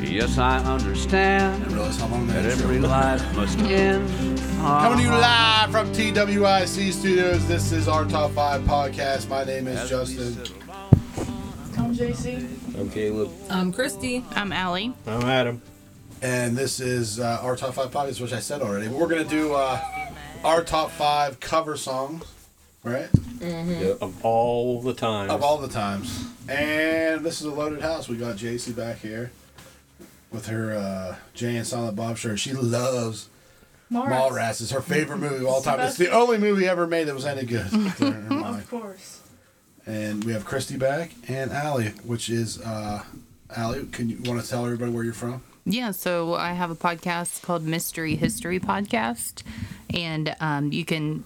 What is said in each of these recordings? Yes, I understand Realize how long that that every show- life must end. Coming to you live from TWIC Studios. This is our Top 5 podcast. My name is Justin. I'm JC. Okay, look. I'm Christy. I'm Allie. I'm Adam. And this is uh, our Top 5 podcast, which I said already. But we're going to do uh, our Top 5 cover songs, right? Of all the time. Of all the times. And this is a loaded house. We got JC back here with her uh, Jay and Silent Bob shirt. She loves Mallrats. It's her favorite movie of all time. It's the only movie ever made that was any good. in her mind. Of course. And we have Christy back and Allie, which is uh Allie, can you want to tell everybody where you're from? Yeah, so I have a podcast called Mystery History Podcast, and um, you can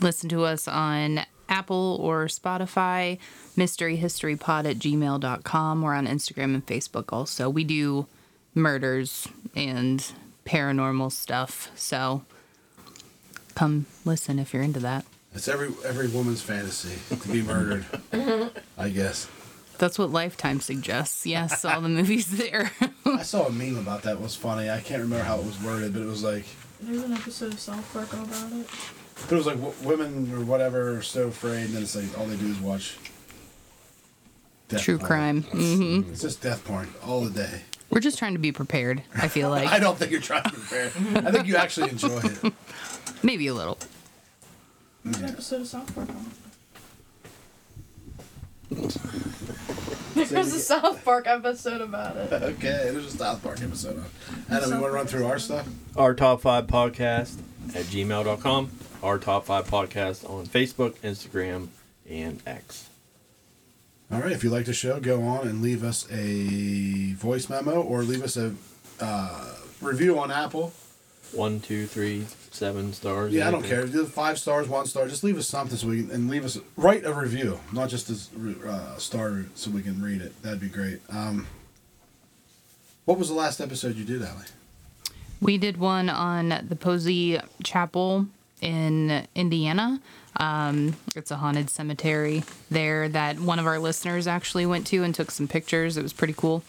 listen to us on Apple or Spotify, mysteryhistorypod at gmail.com. We're on Instagram and Facebook also. We do murders and paranormal stuff, so come listen if you're into that. It's every every woman's fantasy to be murdered. I guess. That's what Lifetime suggests. Yes, all the movies there. I saw a meme about that it was funny. I can't remember how it was worded, but it was like There's an episode of South Park all about it. it was like w- women or whatever are so afraid, and then it's like all they do is watch death True porn. crime. hmm It's just death porn all the day. We're just trying to be prepared, I feel like. I don't think you're trying to prepare. I think you actually enjoy it. Maybe a little. There's an episode of South Park on it. There's a South Park episode about it. Okay, there's a South Park episode on. Adam, you want to run through our stuff? Our top five podcast at gmail.com. Our top five podcast on Facebook, Instagram, and X. All right. If you like the show, go on and leave us a voice memo or leave us a uh, review on Apple. One, two, three, seven stars. Yeah, I don't anything. care. Do Five stars, one star. Just leave us something so we can, and leave us write a review, not just a uh, star, so we can read it. That'd be great. Um, what was the last episode you did, Allie? We did one on the Posey Chapel in Indiana. Um, it's a haunted cemetery there that one of our listeners actually went to and took some pictures. It was pretty cool.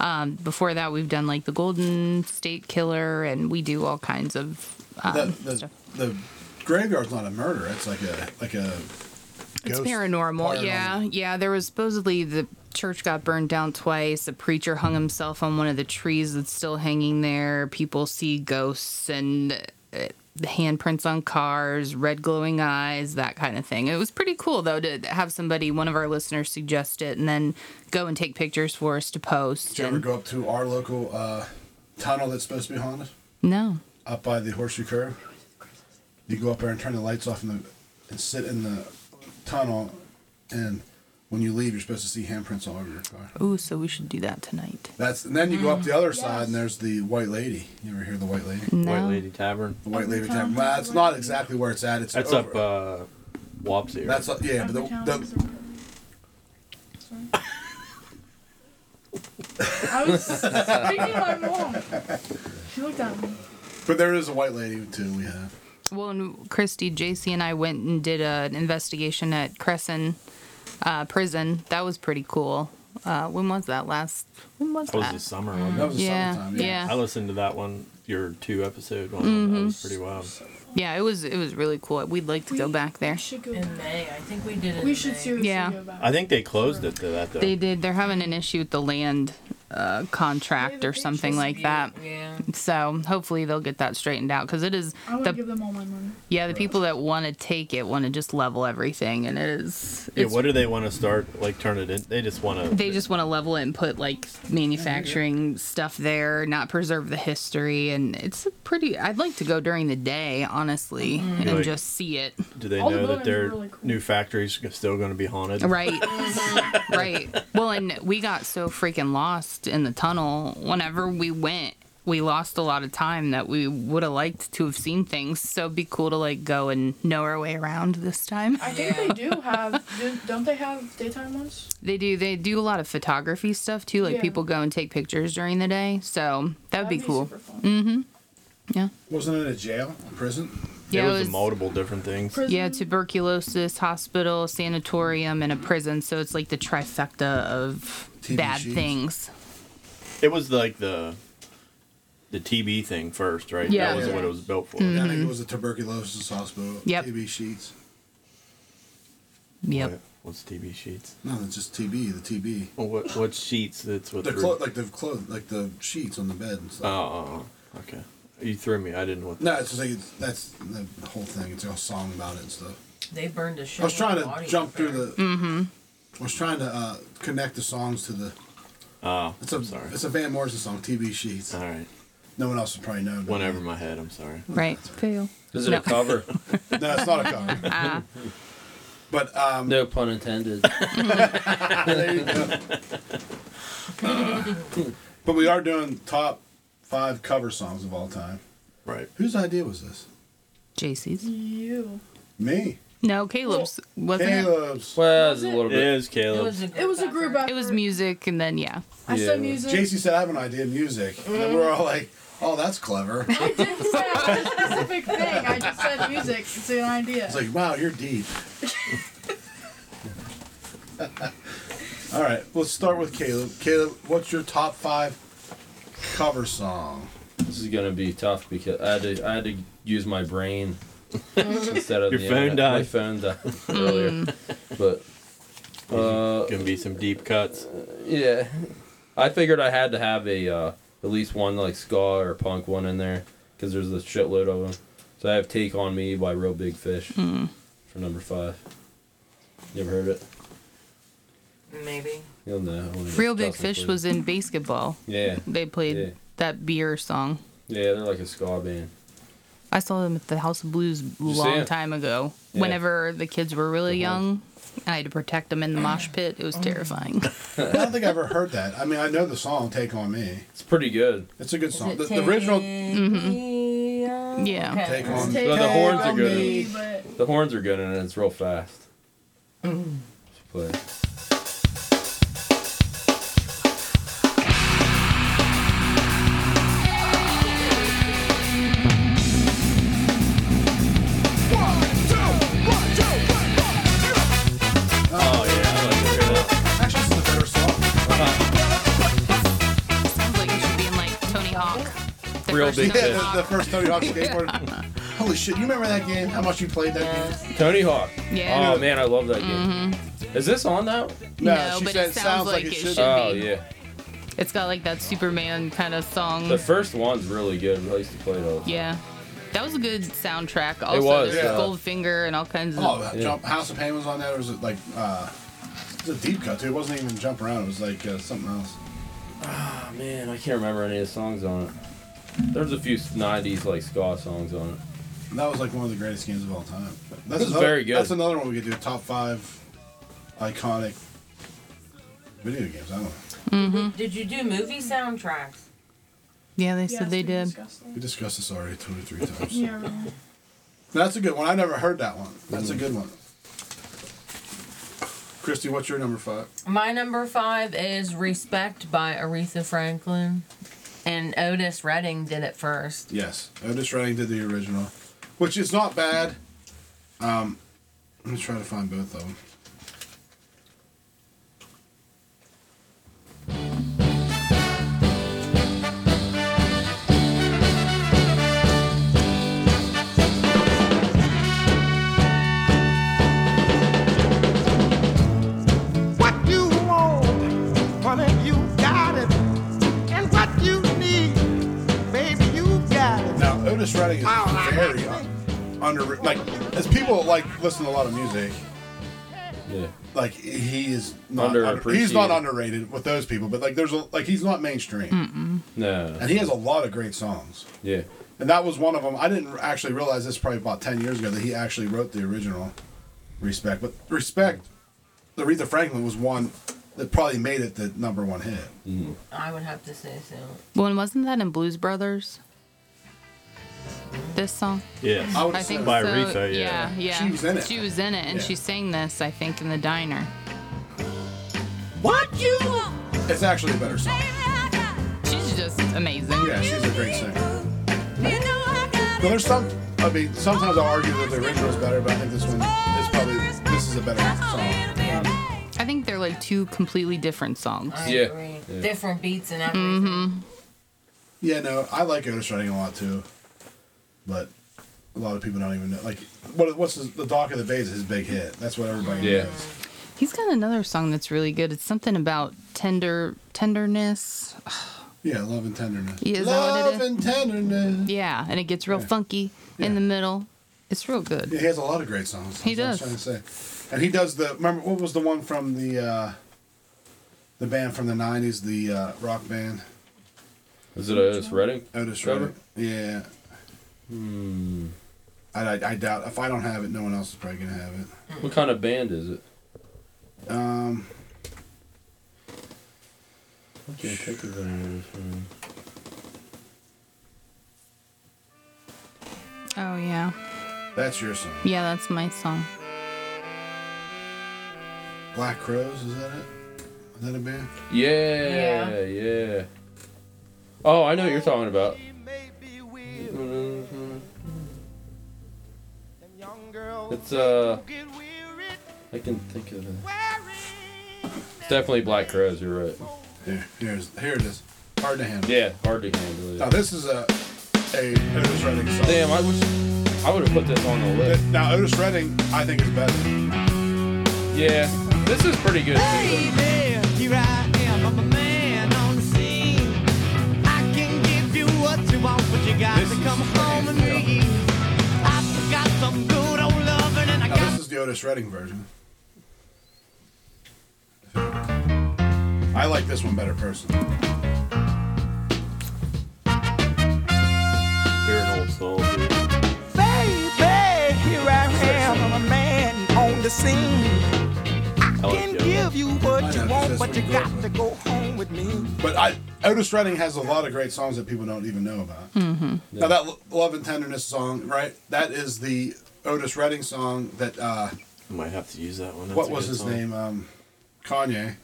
Um, before that, we've done like the Golden State Killer, and we do all kinds of um, the, the, stuff. the graveyard's not a murder. It's like a like a. It's ghost- paranormal. Yeah, yeah. There was supposedly the church got burned down twice. A preacher hung himself on one of the trees that's still hanging there. People see ghosts and uh, the handprints on cars, red glowing eyes, that kind of thing. It was pretty cool though to have somebody, one of our listeners, suggest it and then go and take pictures for us to post. Did you ever and- go up to our local uh, tunnel that's supposed to be haunted? no, up by the horseshoe curve. You go up there and turn the lights off in the, and sit in the tunnel, and when you leave, you're supposed to see handprints all over your car. ooh, so we should do that tonight. That's and then you go up the other side and there's the White Lady. You ever hear the White Lady? No. White Lady Tavern. The White Every Lady town Tavern. has Well, a it's White not Lady. exactly where it's at. It's That's over. up uh, Wapsie. That's up, yeah, but Every the, town the, has a- Sorry. I was speaking my mom. She looked at me. but there is a White Lady too. We have. Well, and Christy, JC, and I went and did a, an investigation at Crescent uh, Prison. That was pretty cool. Uh, when was that last? When was That was that? the summer Mm. one. That was the yeah, summertime. yeah, I listened to that one, your two episode one. Mm-hmm. That was pretty wild. yeah. It was it was really cool. We'd like to go back there. We should go In back. May, I think we did it. We in should May. seriously Yeah. go back. I think they closed it to that though. They did. They're having an issue with the land uh, contract or something like that. Yeah. So hopefully they'll get that straightened out because it is I want to give the them all my money. yeah the people that want to take it want to just level everything and it is Yeah, it's- what do they want to start? Like, turn it in? They just want to. they just want to level it and put like manufacturing stuff there, not preserve the history. And it's a pretty. I'd like to go during the day, honestly, Mm-hmm. and Like- just see it. Do they All the know that buildings are their really cool. new factory's still going to be haunted? Right, right. Well, and we got so freaking lost in the tunnel. Whenever we went, we lost a lot of time that we would have liked to have seen things. So it'd be cool to like go and know our way around this time. I think they do have. do- Don't they have daytime ones? They do. They do a lot of photography stuff too. Like Yeah. people go and take pictures during the day. So that would be, cool. Mm, super fun. Yeah. Wasn't it a jail, a prison? There Yeah, it was, was- multiple different things. Prison. Yeah, tuberculosis, hospital, sanatorium, and a prison. So it's like the trifecta of TBGs. bad things. It was like the the TB thing first, right? Yeah. That was Yeah. Mm-hmm. what it was built for. I think it was a tuberculosis hospital. Mm-hmm. Yep. TB sheets. Yep. What- What's TB sheets? No, it's just TB. The TB. Oh, what what sheets? That's what. The threw- clo- like the clo- like the sheets on the bed and oh, stuff. oh, oh, okay. You threw me. I didn't want. No, it's just like it's, that's the whole thing. It's a song about it and stuff. They burned a shit. I was trying load of to audio jump through there. the. Mm-hmm. I was trying to uh, connect the songs to the. Oh, It's a I'm sorry. it's a Van Morrison song, TB Sheets. All right. No one else would probably know. but- Went over my head. I'm sorry. Right. Fail. Is it No. a cover? No, it's not a cover. but um, no pun intended. there you go. but we are doing top five cover songs of all time. Right. Whose idea was this? JC's. You. Me. No, Caleb's wasn't it? Caleb's. Well, it's a little It bit. is Caleb. It was a group. It was a group effort. effort. It was music, and then yeah. I Yeah. said music. JC said, "I have an idea, music," and then we we're all like, "Oh, that's clever." I didn't say a specific thing. I just said music. It's an idea. It's like, wow, you're deep. All right, let's start with Caleb. Caleb, what's your top five cover song? This is gonna be tough because I had to, I had to use my brain instead of Your the phone internet. My died. phone died Mm. earlier, but uh, Gonna be some deep cuts. yeah, I figured I had to have a uh, at least one like ska or punk one in there because there's a shitload of them. So I have "Take on Me" by Real Big Fish Hmm. for number five. You ever heard it? Maybe. You'll know. when it- Real Big Justin Fish plays was in basketball. it. Yeah, They played Yeah. that beer song. yeah, they're like a ska band. I saw them at the House of Blues a see long it? time ago. Yeah. Whenever the kids were really Uh-huh. young, I had to protect them in the mosh pit. It was terrifying. I don't think I ever heard that. I mean, I know the song "Take on Me." It's pretty good. It's a good Is song. it The, the Take original Me On? Yeah. Okay. "Take on Me." Take No, the horns on are good. Me, but The horns are good and it's real fast. Play. uh, Oh yeah. I like that. Actually, this is a better song. Sounds like it should be in like Tony Hawk. The Real first Big Tony Fish. Yeah, Hawk. the, the first Tony Hawk skateboard. Holy shit! You remember that game? How much you played that game? Tony Hawk. Yeah. Oh man, I love that game. Is this on now? No, but it sounds like it should. Oh be. yeah. It's got like that Superman kind of song. The first one's really good. I used to play it all the time. yeah. That was a good soundtrack. Also, was, there's yeah. Goldfinger and all kinds of. Oh, that jump! House of Pain was on that. Or was it like uh, it was a deep cut too? It wasn't even jump around. It was like uh, something else. Oh man, I can't remember any of the songs on it. There's a few '90s like ska songs on it. That was like one of the greatest games of all time. That's This is another, very good. That's another one we could do. Top five iconic video games. I don't know. Did you do movie soundtracks? yeah, they yeah, said they it's did. We disgusting. discussed this already two or three times. Yeah, really. That's a good one. I never heard that one. That's Mm-hmm. a good one. Christy, what's your number five? My number five is Respect by Aretha Franklin. And Otis Redding did it first. Yes, Otis Redding did the original, which is not bad. Um, I'm gonna try to find both of them. What you want, honey, you got it. And what you need, baby, you got it. Now, Otis Redding is Wow, I- very un- under like as people like listen to a lot of music. Yeah. like he is not under, Underappreciated. he's not underrated with those people, but like there's a like he's not mainstream, No. and he has a lot of great songs. Yeah. And that was one of them. I didn't actually realize this probably about ten years ago that he actually wrote the original "Respect." But "Respect," Aretha Franklin was one that probably made it the number one hit. I would have to say so. Well, and wasn't that in Blues Brothers? This song? Yes. I would I think say By so. Aretha, yeah. yeah, yeah. She was in it. She was in it, and Yeah. she sang this, I think, in the diner. What you want, it's actually a better song. baby, I got it. She's just amazing. Yeah, she's a great singer. You know I got But there's some. I mean, sometimes I'll argue that the original is better, but I think this one is probably this is a better song. Um, it. I I think they're like two completely different songs. I Yeah. agree. Yeah. Different beats and everything. Yeah, no, I like Otis Redding a lot too, but a lot of people don't even know. Like, what, what's his, the Dock of the Bay is his big hit. That's what everybody Yeah. knows. He's got another song that's really good. It's something about tender tenderness. Yeah, love and tenderness. Yeah, is that what it love is? and tenderness. Yeah, and it gets real funky in Yeah. the middle. It's real good. Yeah, he has a lot of great songs. He That's what I was trying to say, and he does the. Remember what was the one from the uh, the band from the '90s, the uh, rock band Is it Otis Redding? Otis Oh, Trevor? Redding. Yeah. Hmm. I, I, I doubt if I don't have it, no one else is probably gonna have it. What kind of band is it? Um, I can't think of any of those. Oh yeah. that's your song. Yeah, that's my song. Black Crows is that it? Is that a band? Yeah, yeah. Oh, I know what you're talking about. Maybe we'll and young girls It's uh, get weary I can think of it. wearing It's definitely Black Crows. You're right. Here, here's here it is. Hard to handle. Yeah, hard to handle. Now It. this is a a Otis Redding song. Damn, I wish I would have put this on the list. Now Otis Redding, I think is better. Yeah, this is pretty good. too. Here I am, I'm a man on the scene. I can give you what you want, but you got This to is come home with fucking me. I got some good old loving and I Now this got is the Otis Redding version. I like this one better personally. You're an old soul, dude. baby. Here I am, I'm a man on the scene. I Oh, like can the other give you what I you know, want, that's but what you you got go to for. go home with me. But I Otis Redding has a lot of great songs that people don't even know about. Mm-hmm. Now that Lo- Love and Tenderness song, right? That is the Otis Redding song that uh, I might have to use that one. That's what a was good his song. name? Um, Kanye.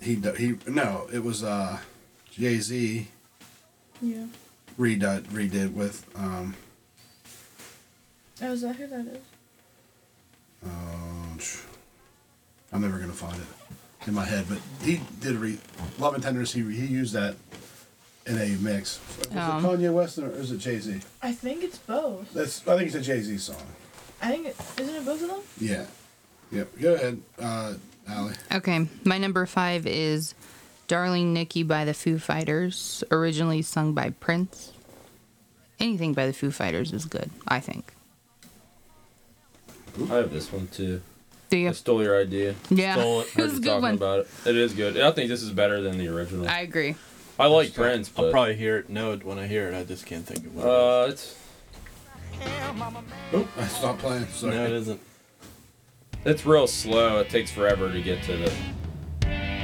He do- he no, it was uh, Jay Z Yeah. redid redid with um, Oh, is that who that is? Oh, tch. I'm never gonna find it in my head, but he did a re- "Love and Tenderness." He he used that in a mix. Was Um. it Kanye West or is it Jay Z? I think it's both. That's I think it's a Jay Z song. I think it isn't it both of them? Yeah, yep. Go ahead, uh, Allie. Okay, my number five is "Darling Nikki" by the Foo Fighters, originally sung by Prince. Anything by the Foo Fighters is good, I think. I have this one too. Do you? I stole your idea. Yeah, Stole it. it's Heard a you good talking one. about it. It is good. I think this is better than the original. I I, agree. like Prince, I'll but probably hear it. No, when I hear it, I just can't think of what. it is. uh, it's Am I'm a man. Oh, I stopped playing. Sorry. no, it isn't. it's real slow. It takes forever to get to the.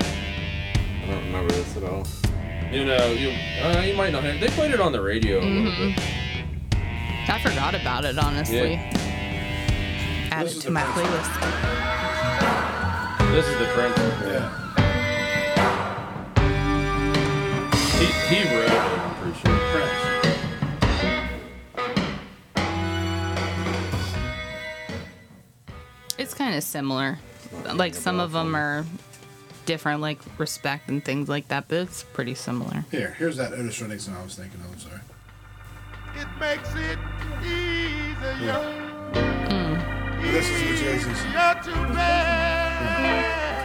I don't remember this at all. You know, you uh, you might not. Have, they played it on the radio a Mm-hmm. little bit. I forgot about it honestly. Yeah. Add This it is to the my Prince playlist. This is the Prince. Yeah. He, he wrote it. I'm pretty sure. Prince. It's kind of similar. Like some of them are different, like respect and things like that, but it's pretty similar. Here, here's that Otis Redding song I was thinking of. I'm sorry. It makes it easier. But this is the Jay Z song. You're too bad.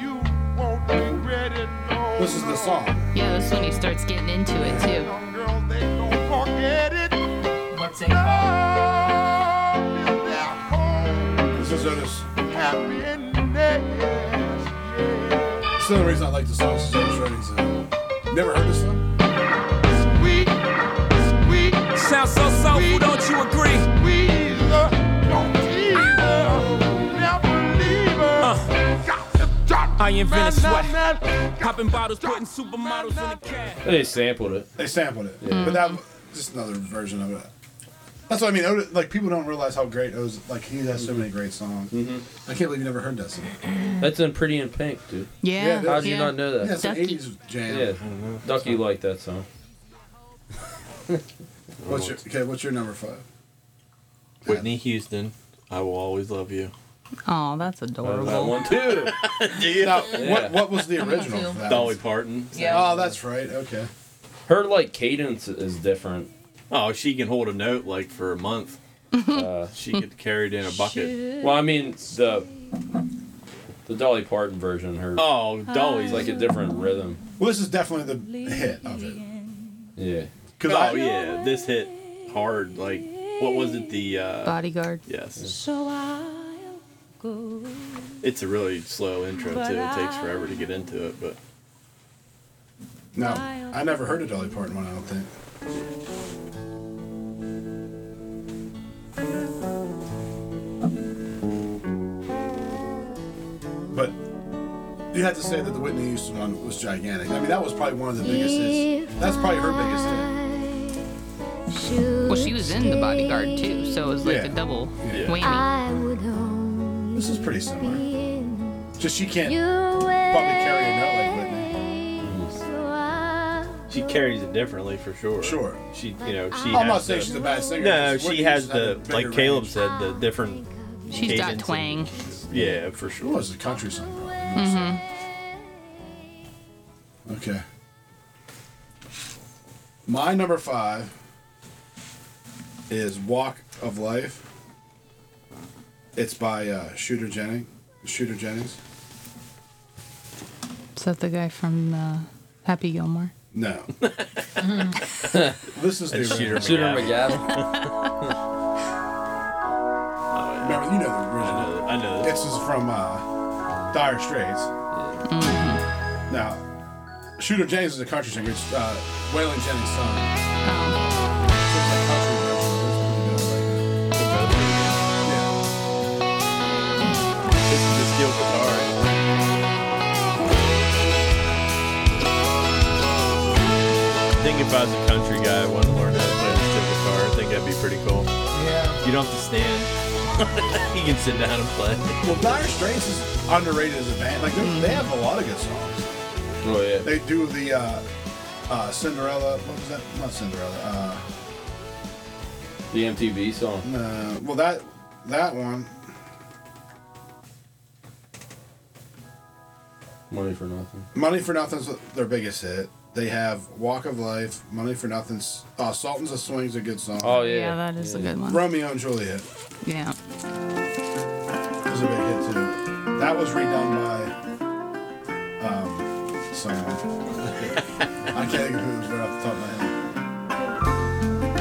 You won't regret it no This is the more. song. Yeah, this one he starts getting into it too. Young girls, they gon' forget it. What's it called? Love is their home, This is Otis. happiness, yeah. It's the reason I like the song. This is Otis Redding song. Never heard this song? Sweet, sweet, Sounds so soulful, don't you agree? squeeze her. Don't tease her. Never leave her. Got to drop I invented man, sweat. man, man. Popping bottles, putting supermodels in the cab. They sampled it. They sampled it, but that just another version of it. That's what I mean. Otis, like people don't realize how great Otis. Like he has so many great songs. Mm-hmm. I can't believe you never heard that song. That's in Pretty in Pink, dude. Yeah, Yeah. How did you not know Yeah, that? it's an Ducky. eighties jam. Yeah, Ducky liked that song. What's your okay? What's your number five? Whitney Houston, I will always love you. Oh, that's Oh, adorable. that one too. Now, Yeah. what what was the original? for that? Dolly Parton. Yeah. Oh, that's right. Okay. Her like cadence is different. Oh, she can hold a note like for a month. She could carry it in a bucket. uh, Well, I mean the the Dolly Parton version. Her Oh, Dolly's it's like like a a different rhythm. Well, this is definitely the hit of it. Yeah. Cause I, Oh yeah, this hit hard. Like what was it? The uh, Bodyguard. yes, So I'll go. it's a really slow intro too. It takes forever to get into it, but no, I never heard a Dolly Parton one. I don't think. But you have to say that the Whitney Houston one was gigantic. I mean, that was probably one of the biggest hits. That's probably her biggest hit. Well, she was in the bodyguard too, so it was like Yeah. a double Yeah. whammy. This is pretty similar. Just she can't probably Probably carry a note like Whitney. she carries it differently for sure. Sure. She, you know, she. I'm has not saying the- she's a bad singer. No, just she Whitney has just had a the bigger like Caleb range. said the different. She's got cadence twang. and- Yeah, for It sure. was a country song. probably. Okay. My number five is Walk of Life. It's by uh, Shooter Jennings. Shooter Jennings? Is that the guy from uh, Happy Gilmore? No. this is the That's Shooter original. Shooter McGavin. McGavin. Remember, you know the I original. know, I know this. This is from uh, Dire Straits. Now, Shooter Jennings is a country singer. It's uh, Waylon Jennings' son. Oh, It's a country version. It's pretty good. Yeah. This is the steel guitar. I think if I was a country guy, I want to learn how to play the steel guitar. I think that'd be pretty cool. You don't have to stand. you can sit down and play. Well, Dire Straits is underrated as a band. Like, they- they have a lot of good songs. Oh yeah. They do the uh, uh, Cinderella. What was that? Not Cinderella. The MTV song. Uh, uh, well, that that one. Money for nothing. Money for Nothing's their biggest hit. They have Walk of Life, Money for Nothing's. Uh, Sultans of Swing's a good song. Oh yeah. yeah. that is a good one. Romeo and Juliet Yeah. was a big hit too. That was redone by um, someone. I can't think of who it was right off the top of my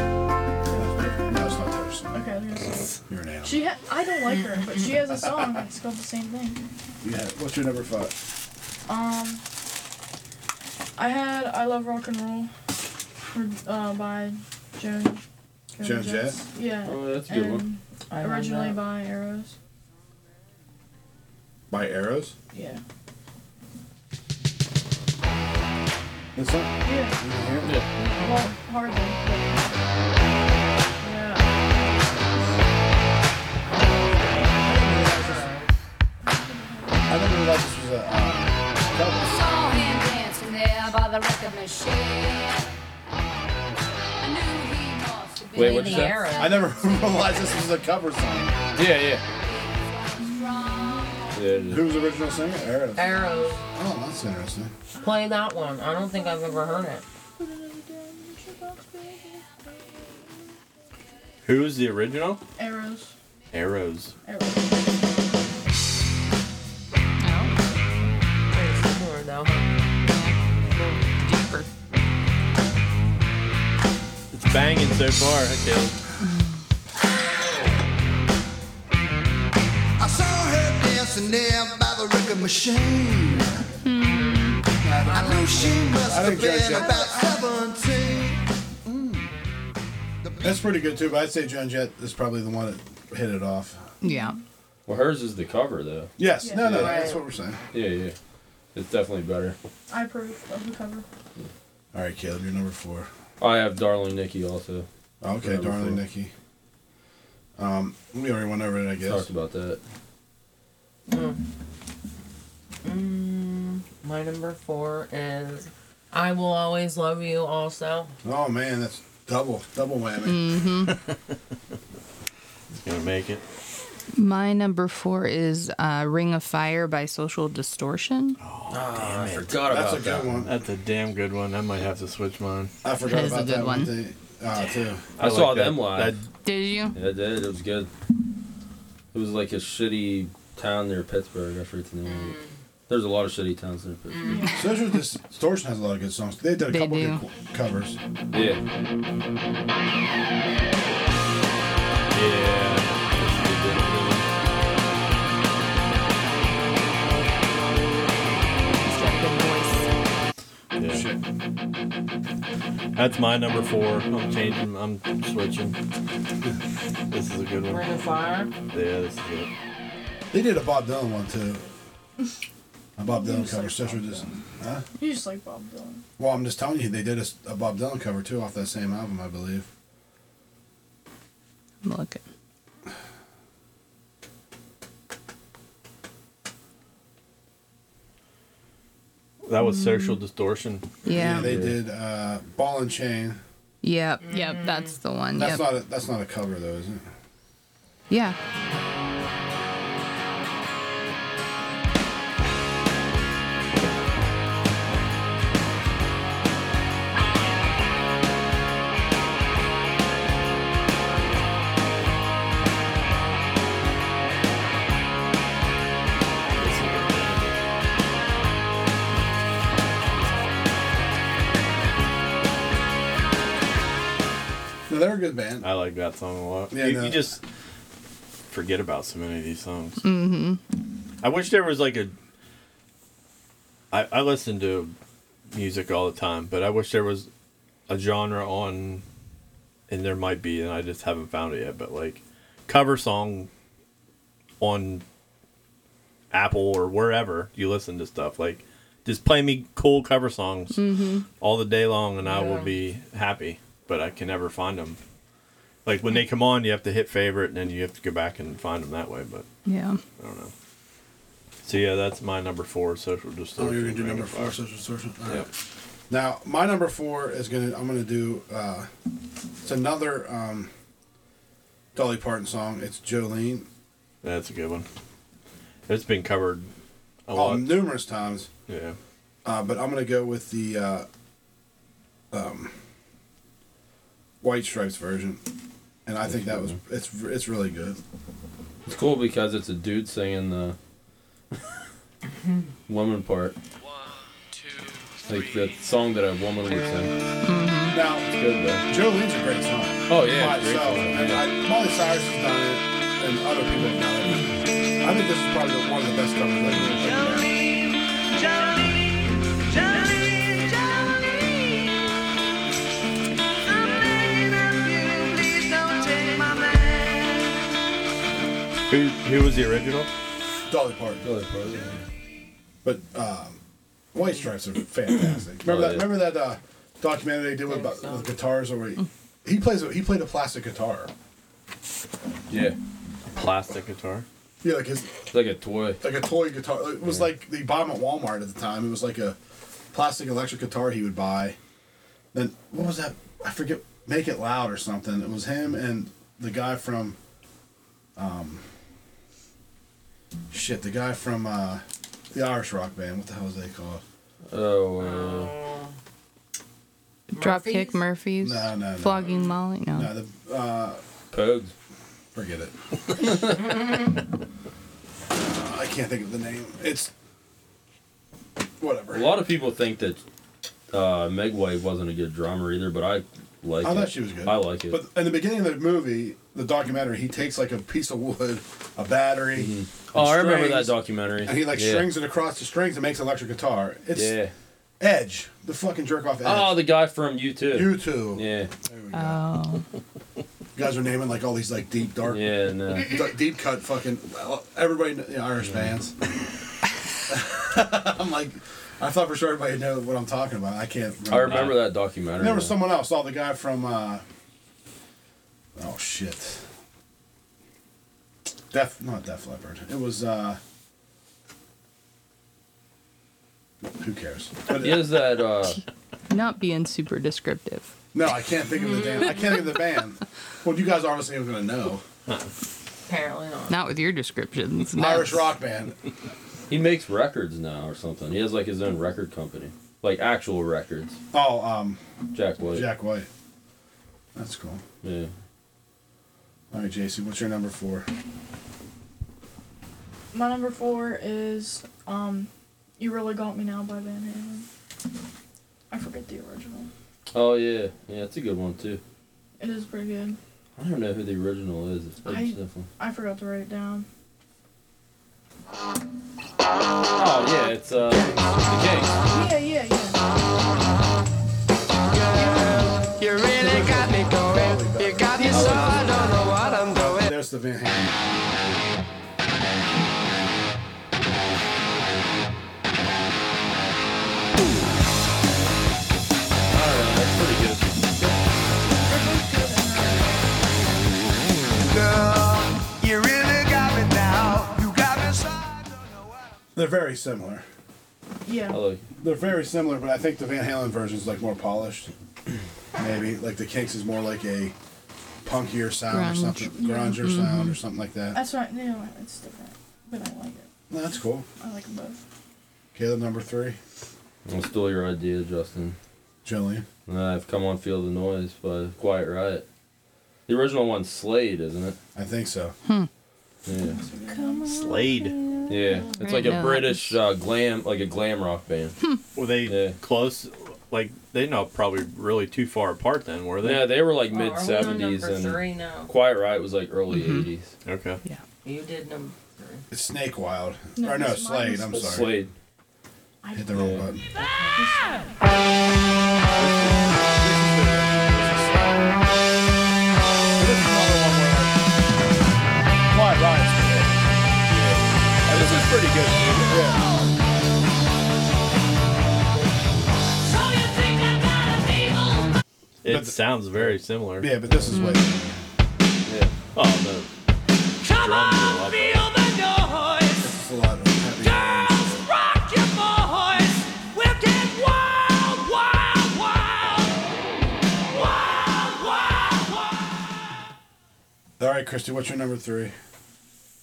head. No, it's not Taylor Swift. Okay, I was gonna say. You're an animal. She ha- I don't like her, but she has a song that's called the same thing. Yeah. What's your number five? Um, I had I Love Rock and Roll for, uh, by Joan. Joan Joan Jett? Yeah. Oh, that's a good one. and I love Originally that. by Arrows. By Arrows. Yeah. This one? Yeah. Yeah. Well, hardly. but- Yeah. I never realized this was a. Uh, cover. Saw him dancing there by the record machine. I knew he must have been Wait, what'd Lady you say? Arrow. I never realized this was a cover song. Yeah, yeah. Yeah, it is. Who's the original singer? Arrows. Arrows. Oh, that's interesting. Play that one. I don't think I've ever heard it. Who's the original? Arrows. Arrows. Arrows. Oh, Very similar though. yeah. Deeper. It's banging so far. huh, Caleb? I saw her dancing there by the record machine. I knew she must I have think Joan been Jett. about Mm. 17. That's pretty good too, but I'd say Joan Jett is probably the one that hit it off. Yeah. Well, hers is the cover though. Yes. No, no, Yeah. that's what we're saying. Yeah, yeah. It's definitely better. I approve of the cover. All right, Caleb, you're number four. I have Darling Nikki also. Okay, Number darling four. Nikki. Um, we already went over it, I guess. Talked about that. Mm, my number four is I Will Always Love You also. Oh man, that's double double whammy. Mm-hmm. Gonna make it. My number four is uh, Ring of Fire by Social Distortion. I forgot That's about a good that. one. That's a damn good one. I might have to switch mine. I forgot That is a about good that one. one. too. Uh, too. I, like saw that- them live. that- Did you? yeah, I did. It was good. It was like a shitty town near Pittsburgh. I forget the name. of it. There's a lot of shitty towns near Pittsburgh. Social Distortion has a lot of good songs. They did a They couple do. good co- covers. Yeah. Yeah. It's got a good voice. yeah. That's my number four. I'm changing. I'm switching. This is a good one. Ring of Fire. Yeah, this is it. They did a Bob Dylan one too. A Bob Dylan cover. Social Dis. Huh? You just like Bob Dylan. Well, I'm just telling you, they did a, s- a Bob Dylan cover too off that same album, I believe. I'm looking. That was social distortion. Yeah. they Yeah. did uh, Ball and Chain. Yep. Yep. That's the one. That's Yep. not a, that's not a cover though, is it? yeah. No, they're a good band. I like that song a lot. Yeah, you, no. you just forget about so many of these songs. Mm-hmm. I wish there was like a. I, I listen to music all the time, but I wish there was a genre on, and there might be, and I just haven't found it yet. But like cover song on Apple or wherever you listen to stuff, like just play me cool cover songs all the day long, and I will Yeah. be happy. But I can never find them. Like when they come on, you have to hit favorite, and then you have to go back and find them that way. But Yeah. I don't know. So yeah, that's my number four social Oh, distortion. you're gonna do Ring number of four, Fire. Social Distortion. All right. Yep. Now, my number four is gonna. I'm gonna do. Uh, it's another um, Dolly Parton song. It's Jolene. That's a good one. It's been covered a Oh, lot. numerous times. yeah. Uh, but I'm gonna go with the uh, um, White Stripes version, and I think that was it's it's really good. It's cool because it's a dude singing the woman part. Like the song that a woman would sing. Now, Good though. Jolene's a great song. Oh, yeah, by it's a great itself. song, And yeah. I, Molly Cyrus has done it, and other people have done it. I think this is probably one of the best covers I've ever done. Who who was the original? Dolly Parton. Good part. But um, White Stripes are fantastic. Remember that? Oh, yeah. Remember that uh, documentary they did with, about, with guitars? Or he, he plays a, he played a plastic guitar. Yeah. Plastic guitar. Yeah, like his It's like a toy. like a toy guitar. It was like they buy them at Walmart at the time. It was like a plastic electric guitar he would buy. Then what was that? I forget. Make it loud or something. It was him and the guy from. Um, shit, the guy from uh, the Irish rock band. What the hell is they called? Oh, uh, Dropkick Murphys. No, no, no. Flogging Molly. No. No, the Pogues. Forget it. Uh, I can't think of the name. It's whatever. A lot of people think that uh, Meg White wasn't a good drummer either, but I like I it. thought she was good. I like it. But in the beginning of the movie, the documentary, he takes like a piece of wood, a battery. and oh, I remember that strings, documentary. And he like yeah. strings it across the strings and makes an electric guitar. It's Yeah. Edge, the fucking jerk off Edge. Oh, the guy from U2. you two. Yeah. There we go. Oh. you guys are naming like all these like deep dark, Yeah, uh, no. d- deep cut fucking everybody kn- you know, Irish bands. I'm like, I thought for sure everybody knew what I'm talking about. I can't. I remember that documentary. There was someone else. Oh, the guy from. Uh, oh shit. Def, not Def Leppard. It was. uh Who cares? But Is that uh, Not being super descriptive. no, I can't think of the band. I can't think of the band. Well, you guys obviously aren't going to know. Apparently not. Not with your descriptions. no. Irish rock band. he makes records now or something? He has like his own record company, like actual records. Oh, um, Jack White. Jack White. That's cool. Yeah. All right, JC, what's your number four? My number four is um, "You Really Got Me Now" by Van Halen. I forget the original. Oh yeah, yeah, it's a good one too. It is pretty good. I don't know who the original is. It's I- pretty simple. I forgot to write it down. Oh yeah, it's uh, the Kinks. Yeah, yeah, yeah. You really got me going. You got me so I don't know what I'm doing. There's the Van Halen. That's pretty good. Girl, you really got me now. You got me so I don't know what They're very similar. I Yeah. like. They're very similar, but I think the Van Halen version is like more polished. Maybe like the Kinks is more like a punkier sound or Grunge. something, grungier Mm-hmm. sound or something like that. That's right. No, it's different. But I like it. No, that's cool. I like them both. Caleb number three, I stole your idea, Justin. Jillian. And I've come on Feel the Noise by Quiet Riot. The original one's Slade, isn't it? I think so. Hmm. Yeah. Slade. Yeah. It's like know a that. British uh, glam, like a glam rock band. Were they Yeah. close? Like they not probably really too far apart then, were they? Yeah, they were like Oh, are we mid on seventies number and three now. Quiet Riot was like early 80s Okay. You did number three. It's Snake Wild. No, or no, it's mine. Slade. I'm But sorry. Slade. I Hit the wrong Yeah. button. Quiet Riot's And this is pretty good. good. Yeah. It the- sounds very similar. Yeah, but this is way. Hmm. Yeah. Oh, the drums are a lot better. It's a lot of heavy. All right, Christy, what's your number three?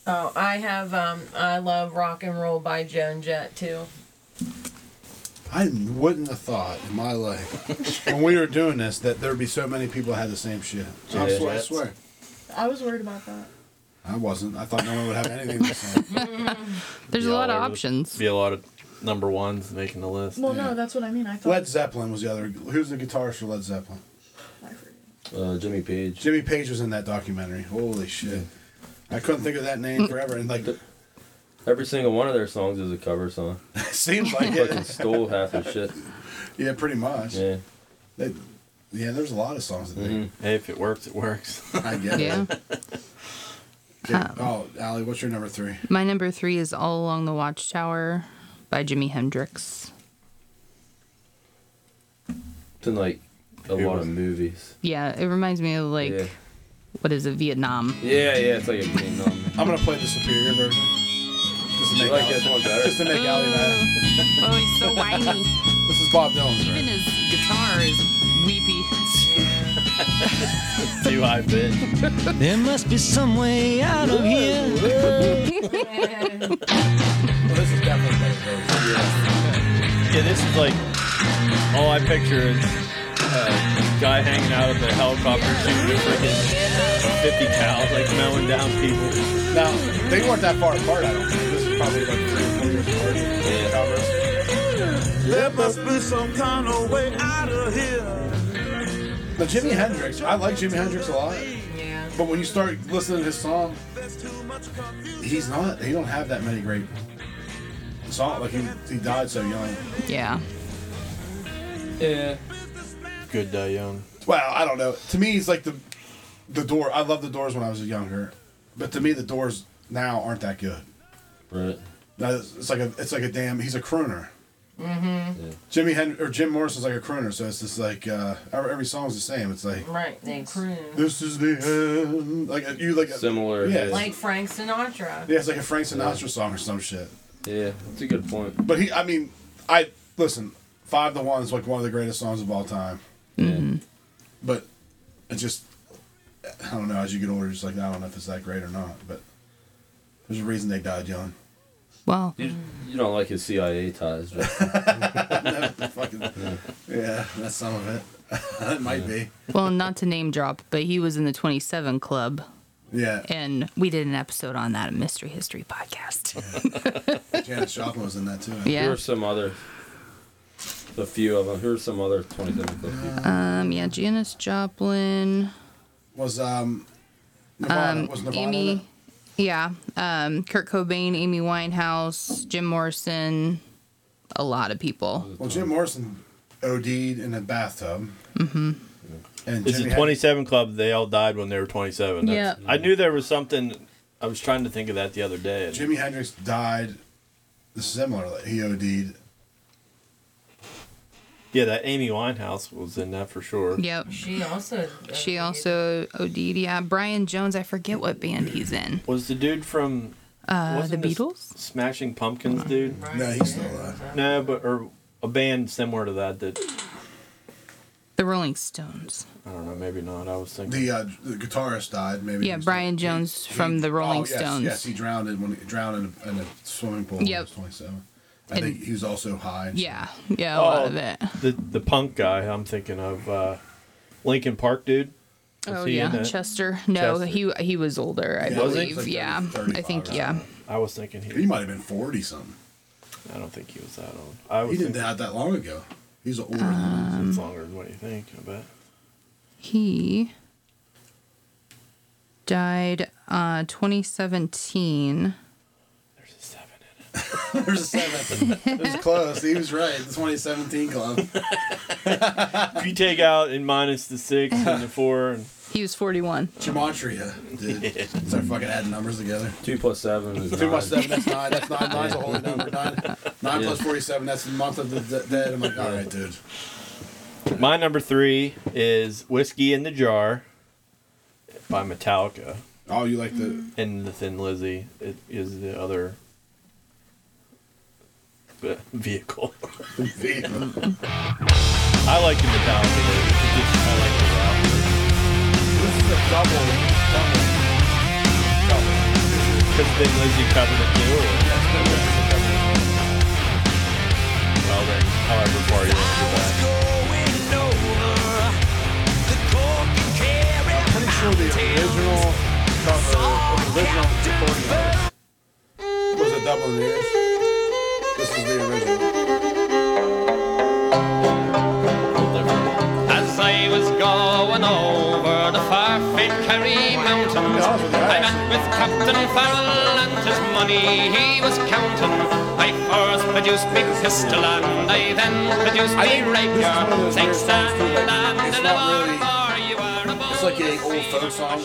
Oh, I have um I love rock and roll by Joan Jett too. I wouldn't have thought in my life when we were doing this that there'd be so many people that had the same shit. I Yeah. swear, I swear. I was worried about that. I wasn't. I thought no one would have anything the same. There's Yeah, a lot of there would options. Be a lot of number ones making the list. Well, no, that's what I mean. I thought. Led Zeppelin was the other. Who's the guitarist for Led Zeppelin? I forget. Uh, Jimmy Page. Jimmy Page was in that documentary. Holy shit! I couldn't think of that name forever, and like, Every single one of their songs is a cover song. seems like Fucking it. stole half the shit. Yeah, pretty much. Yeah. Mm-hmm. They- yeah, there's a lot of songs that they. Hey, if it works, it works. I get Yeah. Um, it. Okay, oh, Allie, what's your number three? My number three is All Along the Watchtower by Jimi Hendrix. It's in like a Who lot was- of movies. Yeah, it reminds me of like, Yeah. what is it, Vietnam? Yeah, yeah, it's like a green number. I'm gonna play the superior version. Just to You make like Allie- this one better? just to make Allie mad. Oh, he's so whiny. This is Bob Dylan's version. Even his guitar is weepy. Too high pitch. There must be some way out of here. Well, this is definitely a better version. Yeah, this is like all I picture is a guy hanging out of the helicopter shooting a freaking 50 cal, like mowing down people. Now, they weren't that far apart, I don't think. This is probably like three or four years apart. Covers. There must be some kind of way out of here. But Jimi Hendrix, I like Jimi Hendrix a lot. Yeah. But when you start listening to his song, he's not, he don't have that many great songs. Like, he, he died so young. Yeah. Yeah. Good day, young. Well, I don't know. To me, he's like the the door. I love the Doors when I was younger, but to me, the Doors now aren't that good. Right. Now, It's it's like a it's like a damn. He's a crooner. Mm-hmm. Jimmy Hen- or Jim Morrison's like a crooner, so it's just like uh, every every song's the same. It's like Right, they croon. this is the end. Like uh, you like a, Similar. Yeah. Yeah. Like Frank Sinatra. yeah, it's like a Frank Sinatra song or some shit. yeah. That's a good point. But he, I mean, I listen. Five to one is like one of the greatest songs of all time. But it just, I don't know. As you get older, it's like I don't know if it's that great or not. But there's a reason they died young. Well, You, you don't like his CIA ties. Right? Fucking, yeah, that's some of it. it might be. well, not to name drop, but he was in the 27 Club, Yeah, and we did an episode on that at Mystery History Podcast. Janet Joplin was in that too. Who yeah. are some other? A few of them. Who are some other twenty-seven club people? Um, yeah, Janis Joplin, Was um, Nirvana, um, was Nirvana in it? Amy. Yeah, um, Kurt Cobain, Amy Winehouse, Jim Morrison, a lot of people. Well, Jim Morrison OD'd in a bathtub. Mm-hmm. And It's Jimmy a 27 club. They all died when they were 27. That's- Yeah. I knew there was something. I was trying to think of that the other day. Hen- and- Jimi Hendrix died similarly. He OD'd. yeah, that Amy Winehouse was in that for sure. Yep. She also. She also OD'd. Yeah, Brian Jones. I forget what band he's in. Was the dude from Uh, the wasn't this Beatles. Smashing Pumpkins dude? No, he's still alive. No, but or a band similar to that that The Rolling Stones. I don't know, maybe not. I was thinking The, uh, the guitarist died. Maybe. Yeah, he was- Brian Jones from the Rolling oh, yes, Stones. Yes, he drowned in, when he drowned in a, in a swimming pool. when he Yep. was 27. I And- think he was also high. and shit. Yeah, yeah, a lot Oh. of it. the the punk guy. I'm thinking of uh, Lincoln Park dude. Was Oh he in yeah, that? Chester. No, Chester. he he was older, I Yeah, was he? believe. Like yeah, 30, I think 35 or yeah. I was thinking He he. might have been 40 something. I don't think he was that old. I He was didn't thinking die that long ago. He's an older. Uh. it's Um, longer than what you think. I bet. He died uh 2017. There's a seven in it. There's a seven. it was close. He was right. The 2017 club. If you take out and minus the six and the four, and He was 41. Gematria, dude. Start fucking adding numbers together. Two plus seven is Two nine. plus seven, that's nine. That's nine. Nine's a holy number. Nine, nine plus forty-seven. That's the month of the de- dead. I'm like, all right, dude. my number three is whiskey in the jar by Metallica. Oh, you like the? and the Thin Lizzy it is the other ve- vehicle. I like the Metallica. version. It's just- I like the rock version. This is a double. double. double. 'Cause Thin Lizzy covered it too. Or, well, then, however far you want to go back. I'm pretty sure the original cover, the original recording of it was a double rears. This is the original. As I was going over the far-famed Kerry Mountains, Yeah, I was with you. I met with Captain Farrell and his money he was counting. I first produced me pistol and I then produced I me think this is one of rapier. those Take weird stand songs too, like, and it's not deliver, really- for you are a It's like an old folk song.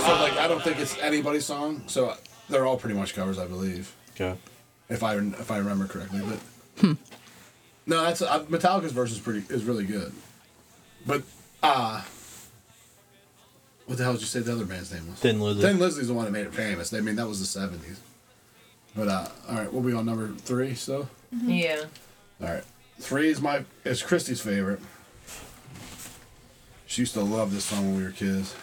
So like, I don't think it's anybody's song. So they're all pretty much covers, I believe. Okay. if I if I remember correctly. But no, that's uh, Metallica's verse is pretty is really good. But uh what the hell did you say the other band's name was? Thin Lizzy. Thin Lizzy's the one that made it famous. I mean, that was the seventies. But uh, all right, we'll be on number three. So Yeah. all right, three is my is Christy's favorite. She used to love this song when we were kids.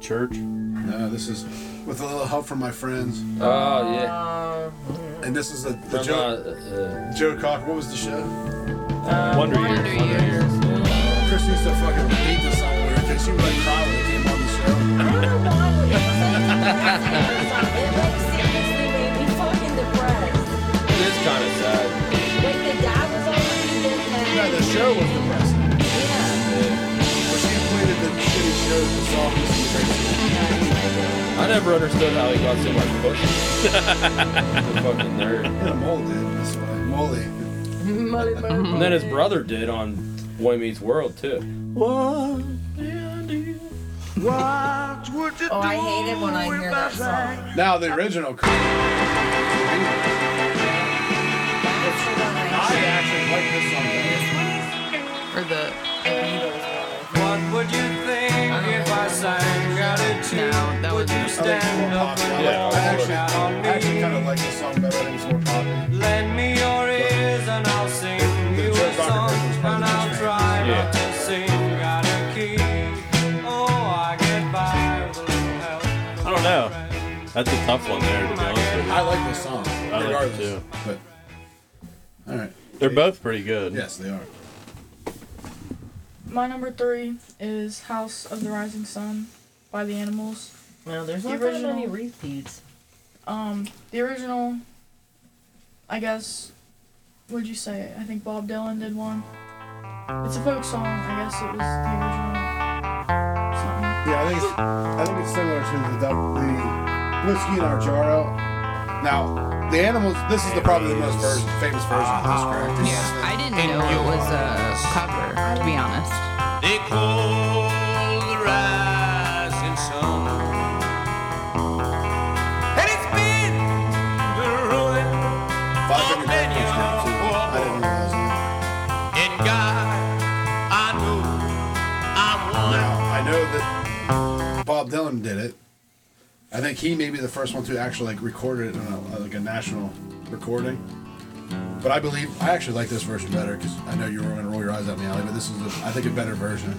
Church. No, Uh, this is with a little help from my friends, Oh yeah. and this is the, the From, uh, Joe uh, Joe Cocker. What was the show? Wonder Wonder Years. Years. Chris used to fucking beat this song when we were kids. She would like cry when it came on the show. it is kind of sad. No, the show was depressing. Yeah. But she played the shitty shows and song was depressing. I never understood how he got so much pussy. the fucking nerd. Yeah, Mole did. That's why. Molly. And then his brother did on Boy Meets World too. One What would you Oh, do I hate it when I if hear that sang? song. Now the original. I actually like this song. Or the. What would you think if I sang out of tune? would you stand up and Yeah, walk I actually, out on I actually kind of like this song better. I think it's more popular. me? Lend me your ears and I'll sing you a song. And I'll try Yeah. not to sing out of key. Oh, I get by with a little help. I don't know. That's a tough one there, to be honest with you. I like this song. I like it regardless, too. But, all right. They're both pretty good. Yes, they are. My number three is House of the Rising Sun by the Animals. Well, there's The not that original- many repeats. Um, the original, I guess, what'd you say? I think Bob Dylan did one. It's a folk song. I guess it was the original. Yeah, I think it's, I think it's similar to the, dou- the whiskey in our jar. Ale. Now, the animals. This is the probably the most vers- famous version of this, correct? Yeah, I didn't know it was a cover, to be honest. They call the rising sun. And it's been the ruin of many a poor boy. And God, I know I'm one. Now, I know that Bob Dylan did it. I think he may be the first one to actually like record it on a, like a national recording. But I believe I actually like this version better because I know you were going to roll your eyes at me, Ali. But this is, a, I think, a better version.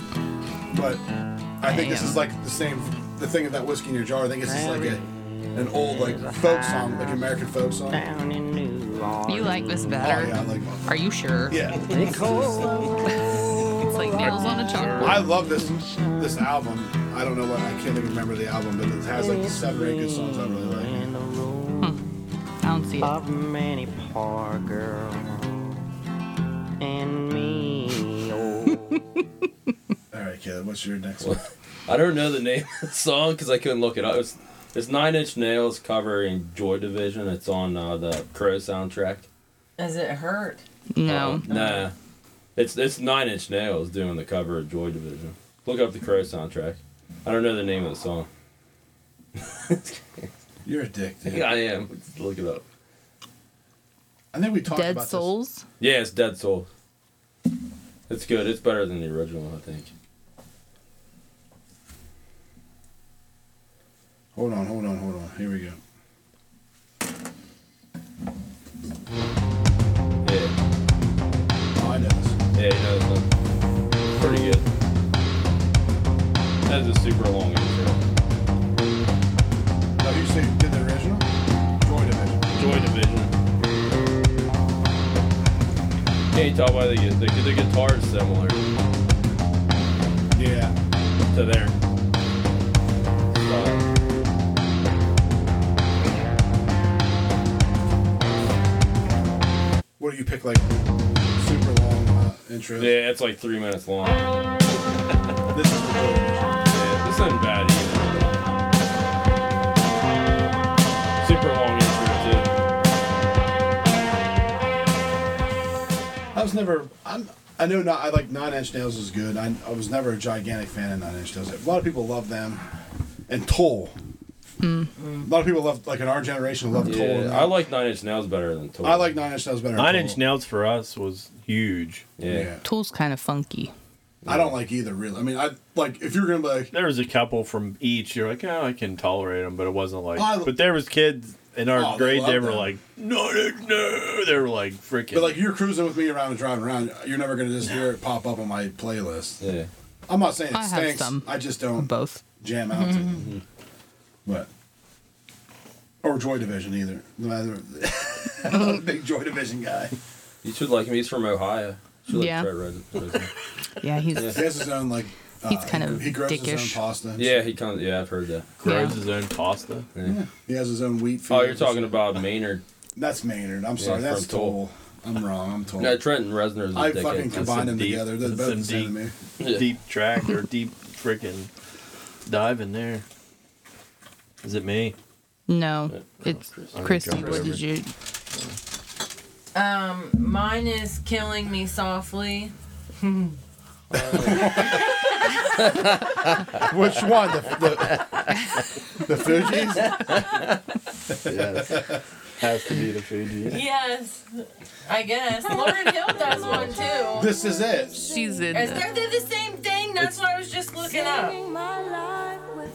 But I think this Damn. is like the same, the thing of that whiskey in your jar. I think it's just like a, an old like folk song, like American folk song. Down You like this better? Oh, yeah, I like Are you sure? Yeah. it's like nails on a chalkboard. I love this this album. I don't know what I can't even remember the album, but it has like seven or eight good songs I really like. I don't see it. Of many poor girl and me. All right, Caleb, what's your next one? I don't know the name of the song because I couldn't look it up. It's, it's Nine Inch Nails covering Joy Division. It's on uh, the Crow soundtrack. Does it hurt? No. Nah, it's it's Nine Inch Nails doing the cover of Joy Division. Look up the Crow soundtrack. I don't know the name of the song. You're a dick, dude. Yeah, I am. Look it up. I think we talked Dead about this. Souls. Yeah, it's Dead Soul. It's good. It's better than the original, I think. Hold on, hold on, hold on. Here we go. Yeah, Oh, I know this. yeah, you know, it's uh, pretty good. That is a super long intro. Now, you say you did the original? Joy Division. Joy Division. Can't you tell by the, the the guitar is similar Yeah. to their. style. What do you pick, like, super long uh, intros? Yeah, it's like three minutes long. This is the Joy Division. Yeah, this isn't bad either. Super long intro I was never. I'm. I know not. I like Nine Inch Nails is good. I, I was never a gigantic fan of Nine Inch Nails. A lot of people love them, and Toll. Mm. A lot of people love like in our generation love too. Toll. and Yeah, I like Nine Inch Nails better than Tool. I like Nine Inch Nails better. than Nine Tool. Inch Nails for us was huge. Yeah. Tool's kind of funky. I don't like either really. I mean, I like if you're gonna be like There was a couple from each. You're like, oh, I can tolerate them, but it wasn't like. I- but there was kids in our Oh, they grade. They, loved were them. like, no, no, no. They were like freaking. But like you're cruising with me around and driving around, you're never gonna just hear it pop up on my playlist. Yeah. I'm not saying it I have stinks. some. I just don't Both. jam out to Mm-hmm. it. But or Joy Division either. No matter I'm a big Joy Division guy. You should like him. He's from Ohio. You Should like Yeah. Trey Red- Reznor. Yeah, he's He has his own like uh, He's kind of he grows dickish. his own pasta. and yeah, he comes. Yeah, I've heard that. grows his own pasta. Yeah. stuff. He has his own wheat Oh, fields you're and talking shit. about Maynard. That's Maynard. I'm sorry, Yeah, that's from Toll. Toll. I'm wrong, I'm Toll. Yeah, Trent and Reznor is a I dickhead. fucking That's combined a them deep- together. They're that's both some the same deep- to me. Yeah. Deep track or deep freaking dive in there. Is it me? no. It's I think Christy. I'm What did you? Um, mine is killing me softly. Which one? The, the, the Fuji's? yes. Has to be the Fuji. Yes, I guess. Lauren Hill does one too. This is it. She's Is in. there they're the same thing? That's what I was just looking up.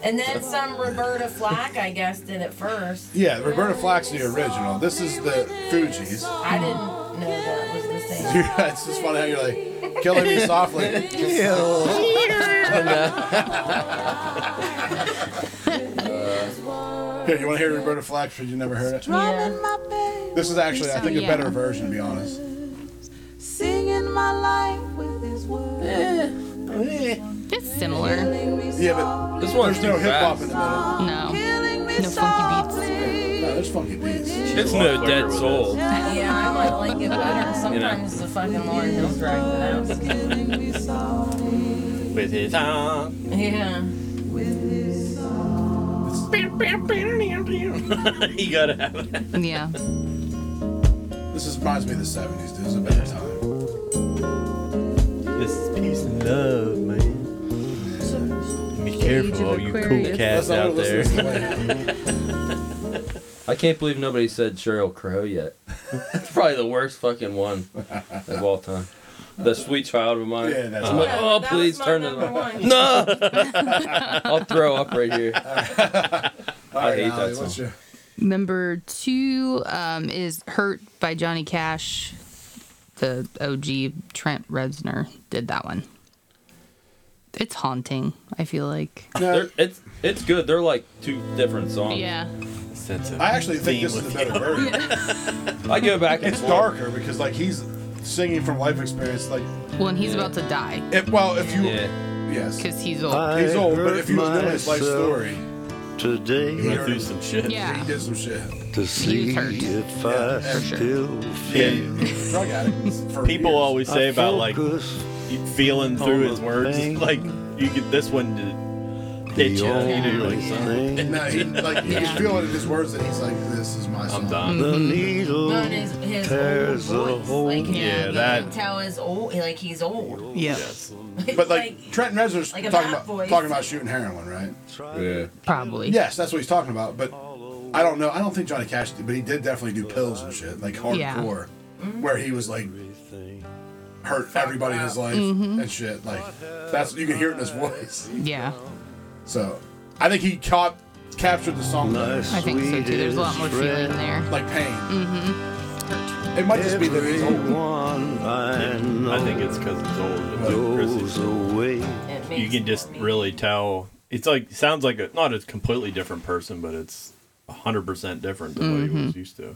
And then some Roberta Flack, I guess, did it first. Yeah, Roberta Flack's the original. This is the Fuji's. I didn't know that was the same. it's just funny how you're like, killing me softly. Here, you want to hear Roberta Flack because you never heard it? This is actually, I think, a better version, to be honest. Singing my life with his It's similar. Yeah, but This one's there's no too hip hop fast. in the middle. No. No funky beats. No, there's funky beats. It's no dead soul. Yeah, I might like it better. Sometimes the fucking Lauren Hill's right now. With his arm. Yeah. you gotta have it. Yeah. This is, reminds me of the 70s, dude. It was a better time. This is peace and love, man. Be Age of careful, all you cool Aquarius. cats That's all out we're there. listening to today. I can't believe nobody said Cheryl Crow yet. it's probably the worst fucking one of all time. The sweet child of mine. Yeah, that's I'm like, right. oh, That was please my turn it number on. one. No! I'll throw up right here. All right, hate that Allie, what's song. your- Number two um, is Hurt by Johnny Cash. The OG Trent Reznor did that one. It's haunting, I feel like. No, They're, it's it's good. They're like two different songs. Yeah. Sense of I actually think theme this is with the better version. I go back and It's forth. darker because like he's singing from life experience. Like, Well, and he's Yeah. about to die if, well, if you Yeah. yes, because he's old. he's old, but if you know his life myself story, today You went through some shit. he yeah. did some shit. to see hurt. if I Yeah, for sure. still Yeah. feel. Drug addict. for People years. always say I about like focus you feeling through his words. Thing. Like you could this one did hit the you. You know, you're only like, son, thing. No, he, like you Yeah. can feel it in his words that he's like, "This is my song." I'm done. The needle Not his, his tears the old whole. voice. Like, Yeah, yeah, that- you can tell is old. Like he's old. Yeah. But like, Trent Reznor's like a talking bad about voice. talking about shooting heroin, right? Yeah. Probably. Yes, that's what he's talking about. But I don't know. I don't think Johnny Cash, did, but he did definitely do pills and shit, like Yeah. hardcore, Mm-hmm. where he was like hurt everybody in his life and shit. Like that's you can hear it in his voice. Yeah. So I think he caught captured the song better, I think so too. There's a lot more feeling Sweetest there. like pain. Mm-hmm. It might just be that he's old. Everyone I know I think it's because it's old. It's like Chris's- goes away. It you makes can just me- really tell. It's like sounds like a not a completely different person, but it's hundred percent different than what Mm-hmm. he was used to.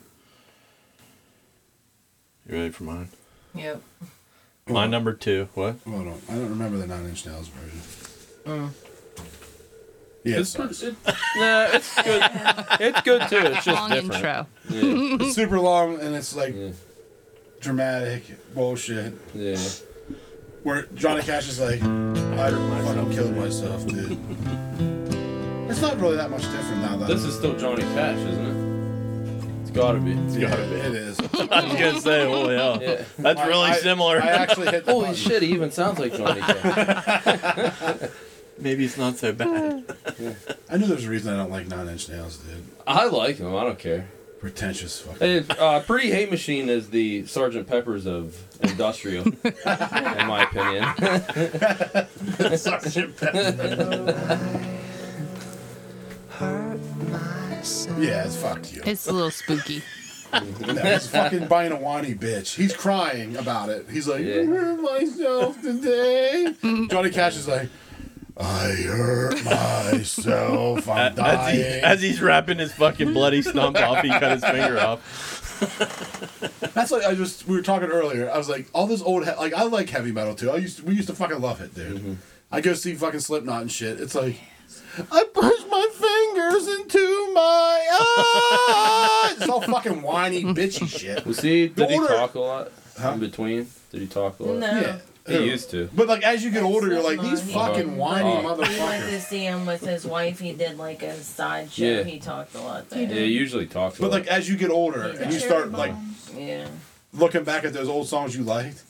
You ready for mine? Yep. My number two. What? Hold on, I don't remember the Nine Inch Nails version. Uh. Yeah, it It's, sucks. it's, nah, it's good. It's good too. It's just Long different. intro. Yeah. it's super long and it's like Yeah. dramatic bullshit. yeah. Where Johnny Cash is like, I fucking killed myself, dude. it's not really that much different now, though. This is still Johnny Cash, isn't it? It's gotta be. yeah, it is. I was gonna say, oh yeah, Yeah. that's I- really I- similar. I actually hit the Holy button. shit, he even sounds like Johnny Cash. Maybe it's not so bad. I knew there was a reason I don't like Nine Inch Nails, dude. I like him, I don't care. Pretentious fucking. Hey, uh, Pretty Hate Machine is the Sergeant Peppers of industrial, in my opinion. Yeah, it's fuck you. It's a little spooky. No, he's fucking buying a whiny bitch. He's crying about it. He's like, Yeah. I hurt myself today. Johnny Cash is like, I hurt myself. I'm As, dying. he, as he's wrapping his fucking bloody stump off, he cut his finger off. That's like I just we were talking earlier. I was like, all this old he- like I like heavy metal too. I used to, we used to fucking love it, dude. Mm-hmm. I go see fucking Slipknot and shit. It's like I pushed my fingers into my eyes. it's all fucking whiny bitchy shit. Was he, did he Order. talk a lot Huh? in between? Did he talk a lot? No. Yeah. He used to. But like as you get older, you're like these Slipknot, he- fucking whiny Oh. We went to motherfuckers. see him with his wife. He did like a side show. Yeah. He talked a lot Yeah, there. he usually talks a But lot. like as you get older and you start like Yeah. looking back at those old songs you liked,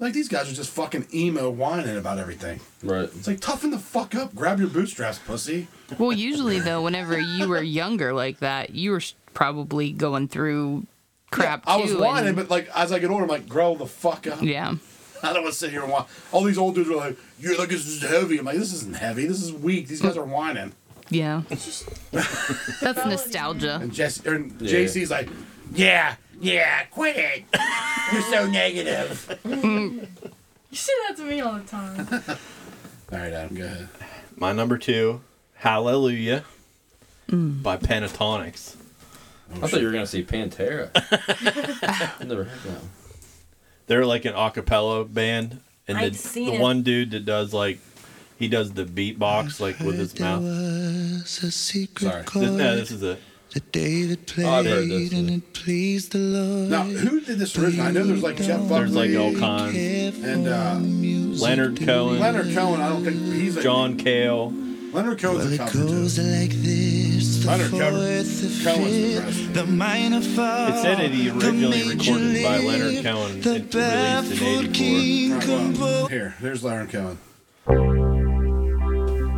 Like these guys are just fucking emo whining about everything. Right. It's like toughen the fuck up, grab your bootstraps, pussy. Well, usually though, whenever you were younger like that, you were s- probably going through crap I too. was whining, and- but like as I get older, I'm like, grow the fuck up. yeah, I don't want to sit here and whine. All these old dudes are like, "You're like this is heavy." I'm like, "This isn't heavy. This is weak. These guys are whining." yeah. That's nostalgia. And Jesse and Yeah. JC's like, "Yeah, yeah, quit it. You're so negative." You say that to me all the time. All right, Adam, go ahead. My number two, Hallelujah by Pentatonics. I thought you were gonna say Pantera. Never heard that. one. They're like an a cappella band, and I've the, seen the it. one dude that does like he does the beatbox like with his mouth. was a Sorry, secret This- no, this is it. The David played Oh, I've heard this, and it pleased the Lord. Now, who did this originally? I know there's like Jeff Buckley. There's like all kinds. And uh, Leonard Cohen, Leonard Cohen, I don't think he's a John Cale. Leonard Cohen's a cover too. like this, the Leonard Cohen- fourth, the Cohen's fifth, impressive. the minor fall. It said it originally recorded by Leonard Cohen. It released in '84. Right, well, here, there's Leonard Cohen.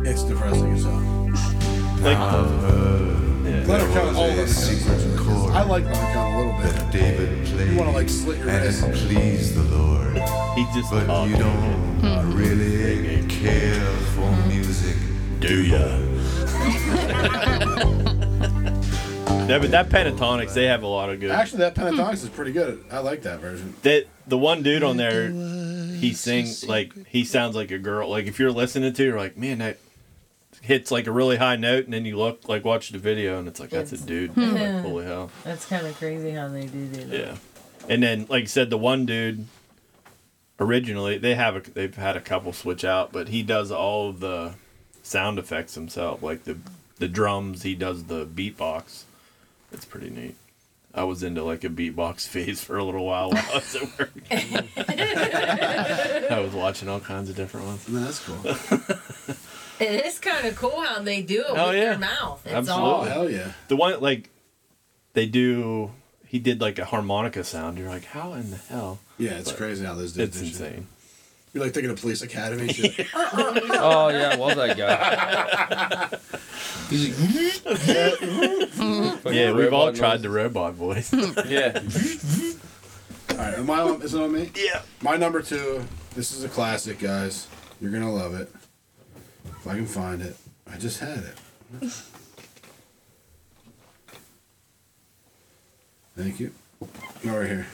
It's depressing as hell. Like, Leonard Cohen, all of us. I like Leonard Cohen a little bit. you want to like slit your wrist. please the Lord. He just but you don't really care for music, do ya? No, but that Pentatonics, they have a lot of good. Actually, that Pentatonics is pretty good. I like that version. that the one dude on there, he sings like he sounds like a girl. Like if you're listening to, it, you're like, man, that hits like a really high note, and then you look like watch the video, and it's like that's a dude. Hmm. Like, holy hell, That's kind of crazy how they do do that. yeah. And then, like I said, the one dude originally they have a, they've had a couple switch out, but he does all of the sound effects himself, like the the drums. He does the beatbox. It's pretty neat. I was into like a beatbox phase for a little while while I was at work. I was watching all kinds of different ones. that's cool. It is kind of cool how they do it Oh, with yeah. their mouth. It's Oh, all Absolutely. The one like they do he did like a harmonica sound. You're like, how in the hell? Yeah, it's But crazy how those dudes It's do shit. insane. You're like thinking of police academy and shit. Oh yeah, I love that guy. He's like, Oh, yeah, we've all tried the robot voice. yeah. All right, am I on, is it on me? Yeah. My number two. This is a classic, guys. You're gonna love it. If I can find it, I just had it. Thank you. Go right here.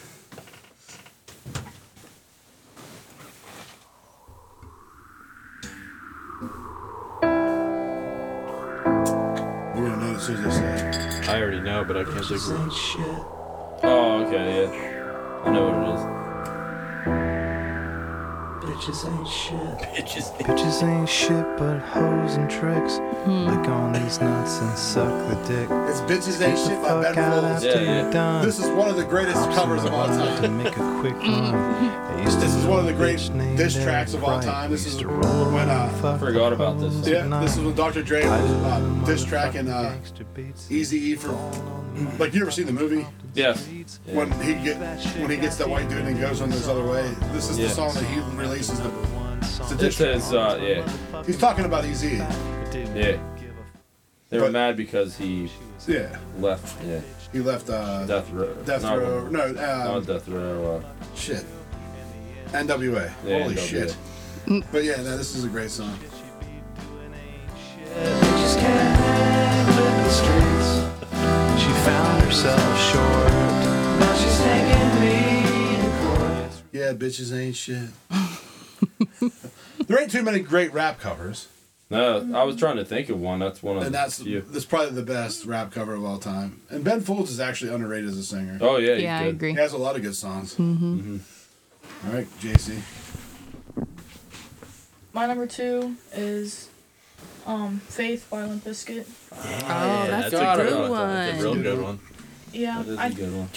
You're gonna know as soon as I say it. I already know, but I can't think of it. Oh okay, yeah. I know what it is. Bitches ain't shit. Bitches. Bitches ain't shit, but hoes and tricks. Lick on these nuts and suck the dick. It's Bitches Ain't Shit by fuck out Ben after Folds. you're done. This is one of the greatest Pops in covers the of all wild To time. make a quick run. They used This to is know one of a the great bitch named diss tracks of all Eric Wright. time. This is Used to when roll around uh, fuck Forgot about this. yeah, this is when Dr. Dre was uh, diss tracking uh, Easy E for like you ever seen the movie Yes. when he get when he gets that white dude and he goes on this other way. This is the Yeah. song that he releases. The, it's a It diss says uh yeah. track. He's talking about Easy. Yeah. They were mad because he Yeah, left yeah. he left uh, Death row. Death Not- Row. No, um, not death row. Uh, shit. N.W.A. Yeah, Holy NWA. shit. But yeah, no, this is a great song. Bitches can't live in the streets. She found herself short, but she's taking me to court. Yeah, bitches ain't shit. there ain't too many great rap covers, no, I was trying to think of one. That's one of and that's you. that's probably the best rap cover of all time. And Ben Folds is actually underrated as a singer. Oh yeah, you did. He has a lot of good songs. Mm-hmm. Mm-hmm. Mhm. All right, JC. My number two is um, Faith by Limp Bizkit. Oh, that's a Forgot good about that. That's a real good one. Yeah, That is I, a good one.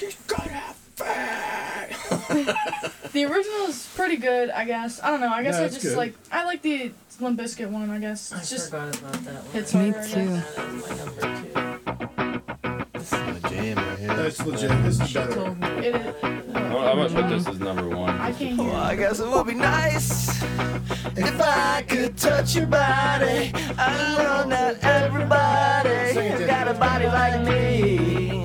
the original is pretty good, I guess. I don't know. I guess No, I it's just good. like I like the Limp Bizkit one. I guess I it's just forgot about that one. hits Me harder, I guess. That is my number two. That's my jam right here. That's legit. This is better. It is. I'm, I'm gonna put this as number one. I can't hear. Well, I guess it would be nice if I could touch your body. I know not everybody got a body like me,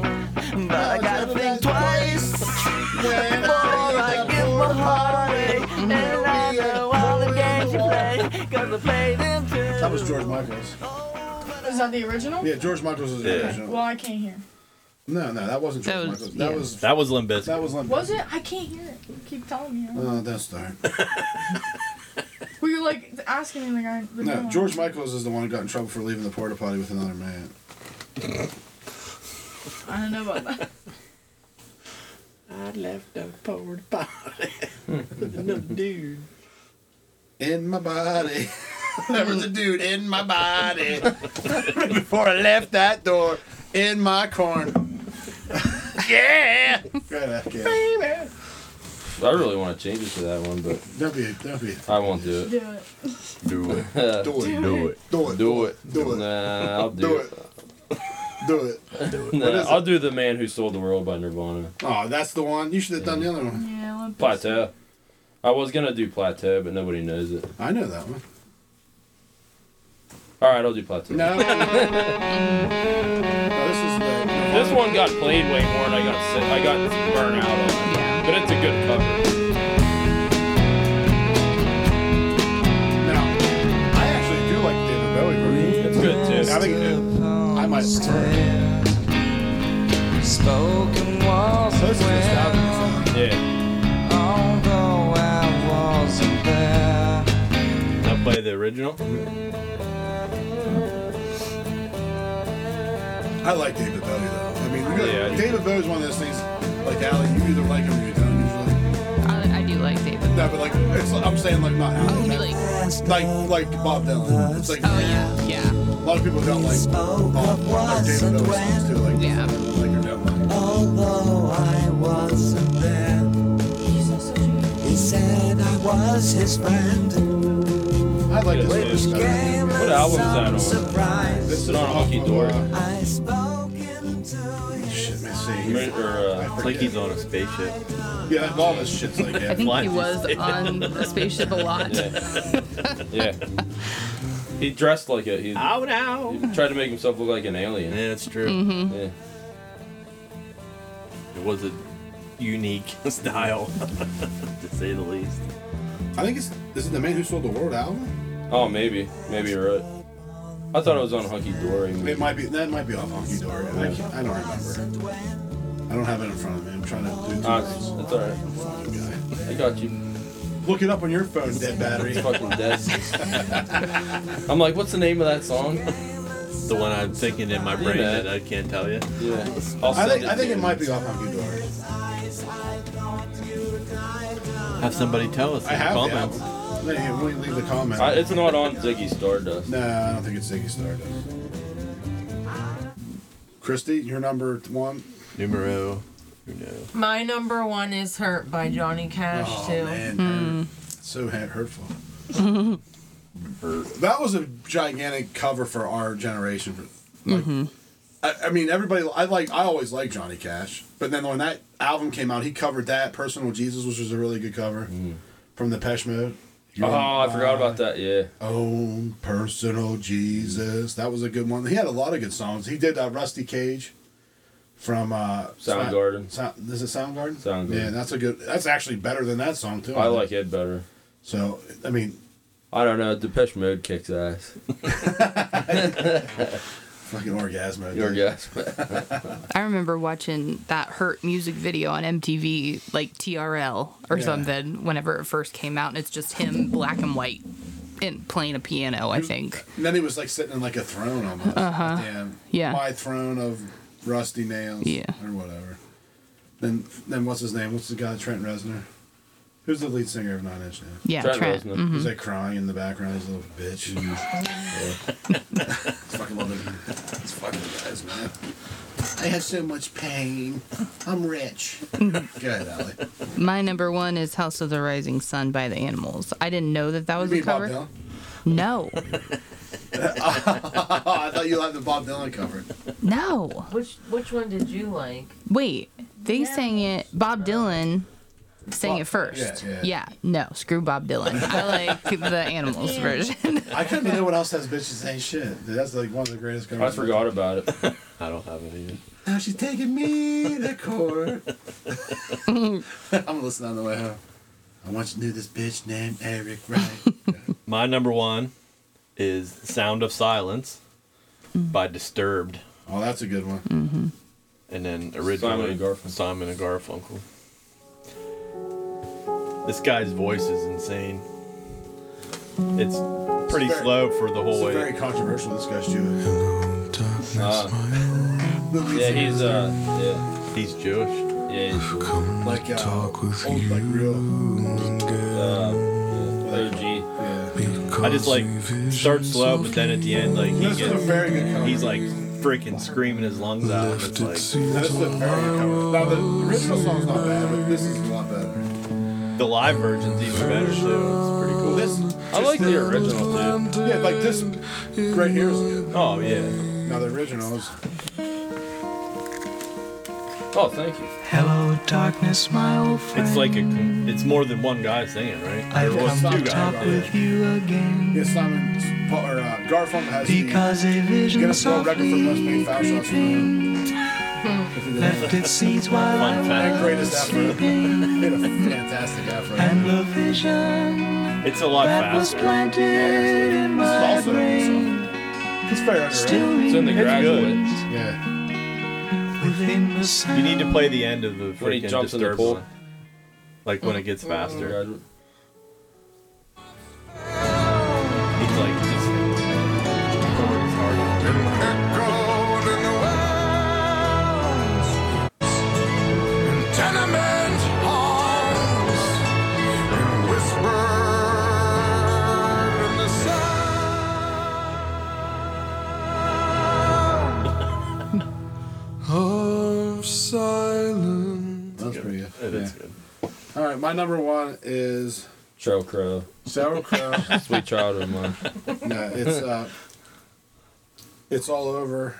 but I gotta think twice before I give my heart away. And I know all the games you play, 'cause I play them too. That was George Michaels. Is that the original? Yeah, George Michaels was Yeah. the original. Well, I can't hear. No, no, that wasn't George That was- Michaels. That yeah. was That was Limp Bizkit. That was Limp. Was it? I can't hear it. You keep telling me. Oh, that's darn. Well, you're like asking me like I. the No, new George Michaels is the one who got in trouble for leaving the porta potty with another man. one. I don't know about that. I left a porta potty. no dude. In my body. there was a dude in my body. Before I left that door. in my corn. Yeah! I really want to change it to that one, but don't be, don't be. I won't do it. Do it. Do it. Uh, Do it. Do it. Do it. Do it. Do it. Nah, I'll do, Do it. Do it. Nah, What is it? I'll do the man who sold the world by Nirvana. Oh, that's the one. You should have done the other one. Yeah, Limp Plateau. I was gonna do plateau, but nobody knows it. I know that one. All right, I'll do plateau. No. No, this is the. This one got played way more, and I got sick. I got burnt out on it. But it's a good cover. I actually do like David Bowie version. It's good too. I think it- I might prefer it. Spoken walls So this is away. nostalgic. Yeah. Although I wasn't there. Now play the original. I like David Bowie though. I mean, really, Oh, Yeah, I do. David Bowie's one of those things. Like Allie, you either like him or you don't. Usually. I, I do like David. No, but like it's, I'm saying like not Allie. Oh, Like like Bob Dylan. It's like oh yeah yeah. A lot of people don't like Bob or David Bowie songs too. Like yeah. Like or don't like. Although I wasn't there, he said I was his friend. I like Yeah, this it's one good. better. What album is that on? Surprise, This It's is on off Hunky of, Dory. uh, I spoke into Shit, man, Or see. uh, I think he's on a spaceship. Yeah, that- all this shit's like I that. think Why? he was on the spaceship a lot. yeah. He dressed like a. He Oh no! tried to make himself look like an alien. Yeah, that's true. hmm Yeah. It was a unique style, to say the least. I think it's this is the man who sold the world album. Oh, maybe. Maybe you're right. I thought it was on Hunky Dory. It might be that might be off Honky Dory. I, can't- I don't remember. I don't have it in front of me. I'm trying to do two Ah, things. it's alright. Fucking guy. I got you. Look it up on your phone, dead battery. It's fucking dead. I'm like, what's the name of that song? The one I'm thinking in my brain Yeah. that I can't tell you. Yeah. I'll I send think I to think you. it might be off Honky Dory. Have somebody tell us I in the have comments. the album. No, yeah, we leave the comment. I, it's not on Ziggy Stardust. no, I don't think it's Ziggy Stardust. Christy, your number one. Numero uno. My number one is Hurt by Johnny Cash, Oh too. man, Hmm. hurt. so hurt- hurtful. that was a gigantic cover for our generation. For, like, Mm-hmm. I, I mean, everybody. I like. I always liked Johnny Cash, but then when that album came out, he covered that "Personal Jesus," which was a really good cover from the Pesh Mode. Mm. Oh, I forgot about that. Yeah. Oh, personal Jesus. That was a good one. He had a lot of good songs. He did uh, Rusty Cage from uh, Soundgarden. Sou- is it Soundgarden? Soundgarden. Yeah, that's a good. That's actually better than that song too. I like it better. So I mean, I don't know. Depeche Mode kicks ass. fucking orgasmo. Your dude. guess. I remember watching that Hurt music video on MTV, like TRL or Yeah. something, whenever it first came out, and it's just him, black and white, and playing a piano. I think. And then he was like sitting in like a throne almost. Uh-huh. Damn. Yeah. My throne of rusty nails. Yeah. Or whatever. Then then what's his name? What's the guy? Trent Reznor. Who's the lead singer of Nine Inch Nails? Yeah, Trent Trent. Reznor. mhm. He's like crying in the background. He's a little bitch. fucking love it. It's fucking guys, man. I have so much pain. I'm rich. Mm-hmm. Go ahead, Allie. My number one is House of the Rising Sun by the Animals. I didn't know that that was You a mean Bob cover. Dylan? No. Oh, I thought you liked the Bob Dylan cover. No. Which which one did you like? Wait, they sang it. Bob Dylan sang it first. yeah, yeah. no, screw Bob Dylan. I like the animals version. I couldn't believe what else has bitches ain't shit. Dude, That's like one of the greatest I covers. forgot about it. I don't have it either. Now she's taking me to court. I'm gonna listen on the way home. I once knew this bitch named Eric Wright. My number one is Sound of Silence by Disturbed. Oh, that's a good one. Mm-hmm. And then originally Simon and Garfunkel. Simon and Garfunkel. This guy's voice is insane. It's pretty It's very- slow for the It's whole way. very controversial. This guy's Jewish. Uh, yeah, he's uh, yeah, he's Jewish. Yeah, he's Like uh, old, like real. OG. I just like start slow, but then at the end, like he This is gets, a very good cover. he's like freaking screaming his lungs out. It's like That's the very good cover. Now the original song's not bad, but this is a lot better. the live version's even better too. It's pretty cool. I like the original too. Yeah, like this right here is good. Oh yeah. Now the original is Oh, thank you. Hello, darkness, my old friend. It's like a, com- it's more than one guy singing, right? I've There was come to two talk guys. with you again. Yeah, Simon Paul- or uh, Garfunkel has Because the, a vision get a world record for most made foul shots in the left its seeds while I Fun fact. was greatest effort. Made a fantastic effort. And the vision It's a lot faster. planted in my this is also It's very underrated. Still It's in The It's good. Graduates. Yeah. You need to play the end of the When he freaking jumps in the disturbed pool. one. Like when it Mm-hmm. gets faster. He's like just going hard. Tenement halls and whisper in the sound of silence. That's pretty good. It is good. All right, my number one is Cheryl Crow. Sour Crow. Sweet child of mine. no, it's uh, it's all over.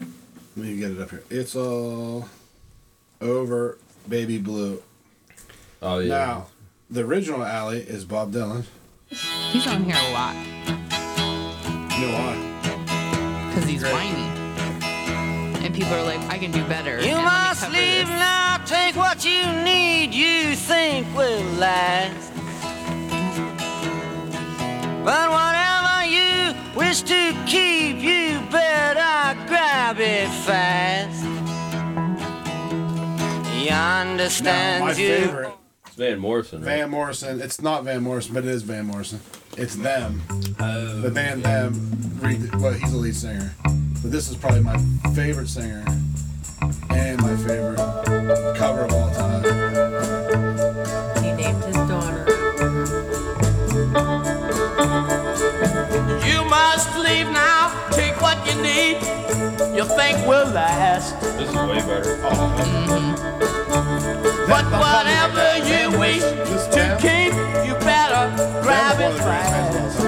Let me get it up here. It's all over, baby blue. Oh yeah. Now, the original Alley is Bob Dylan. He's on here a lot You know why? because he's whiny. And people are like, I can do better. You and let me must cover leave this. now, take what you need, you think will last. But whatever you wish to keep, you better grab it fast. He understands Now, my you. favorite, It's Van Morrison. Right? Van Morrison. It's not Van Morrison, but it is Van Morrison. It's them. the band them. Read, well, he's the lead singer, but this is probably my favorite singer and my favorite cover of all time. He named his daughter. You must leave now, take what you need, you think will last. This is way better. Mm-hmm. But whatever you wish to keep, you better grab it fast.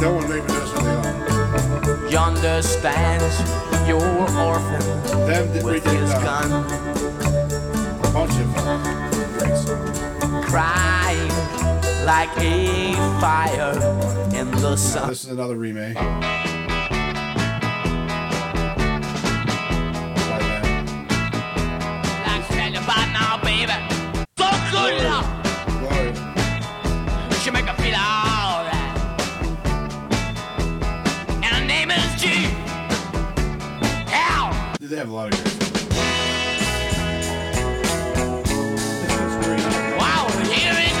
No one even knows who they are. You understands your orphan Them did with redid, his uh, gun A bunch of uh, great songs. crying like a fire in the Now, sun. this is another remake. I tell you by now, baby, so good now. She make her feel alright. And her name is G. L. Dude, they have a lot of great Wow, here it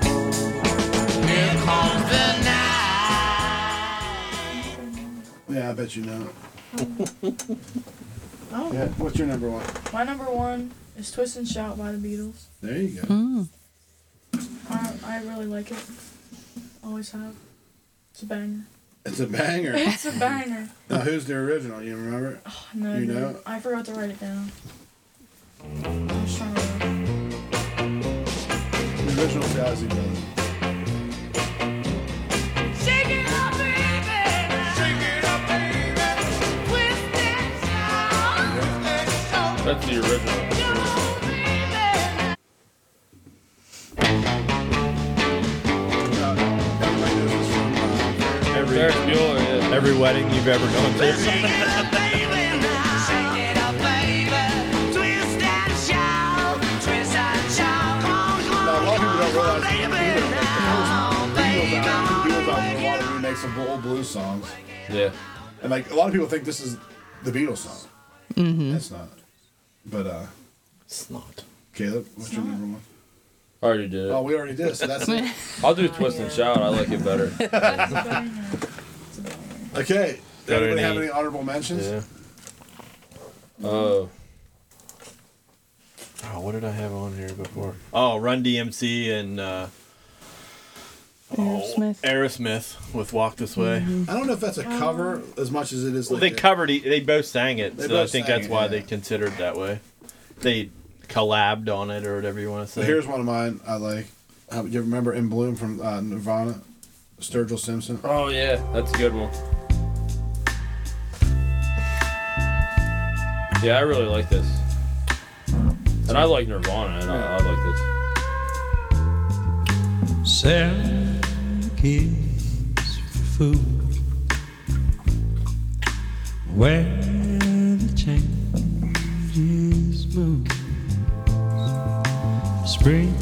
comes. Here comes the night. Yeah, I bet you know. Oh. Yeah, what's your number one? My number one is Twist and Shout by the Beatles. There you Hmm? go. I, I really like it. Always have. It's a banger. It's a banger. It's a banger. now, who's the original? You remember? it? No, You dude, know? I forgot to write it down. I'm just trying to The original Jazzy Brothers. That's the original. uh, Every, every wedding you've ever gone to. Make some old blues songs, Yeah. and like a lot of people think this is the Beatles song. Mm-hmm. It's not, but uh, it's not. Caleb, what's your number one? I already did it. Oh, we already did. So that's it. I'll do Twist and Shout. I like it better. okay. Better Anybody than have eight. any honorable mentions? Yeah. Oh. Oh, what did I have on here before? Oh, Run DMC and uh, oh, Aerosmith. Aerosmith with Walk This Way. I don't know if that's a cover as much as it is. Well, Like they a- covered it. They both sang it, They so I both think sang that's it, why yeah. they considered it that way. They collabed on it or whatever you want to So say. here's one of mine I like. Uh, you remember In Bloom from uh, Nirvana? Sturgill Simpson. Oh yeah, that's a good one. Yeah, I really like this. And I like Nirvana, and I, I like this. Sarah gives food. Where the changes move. Spring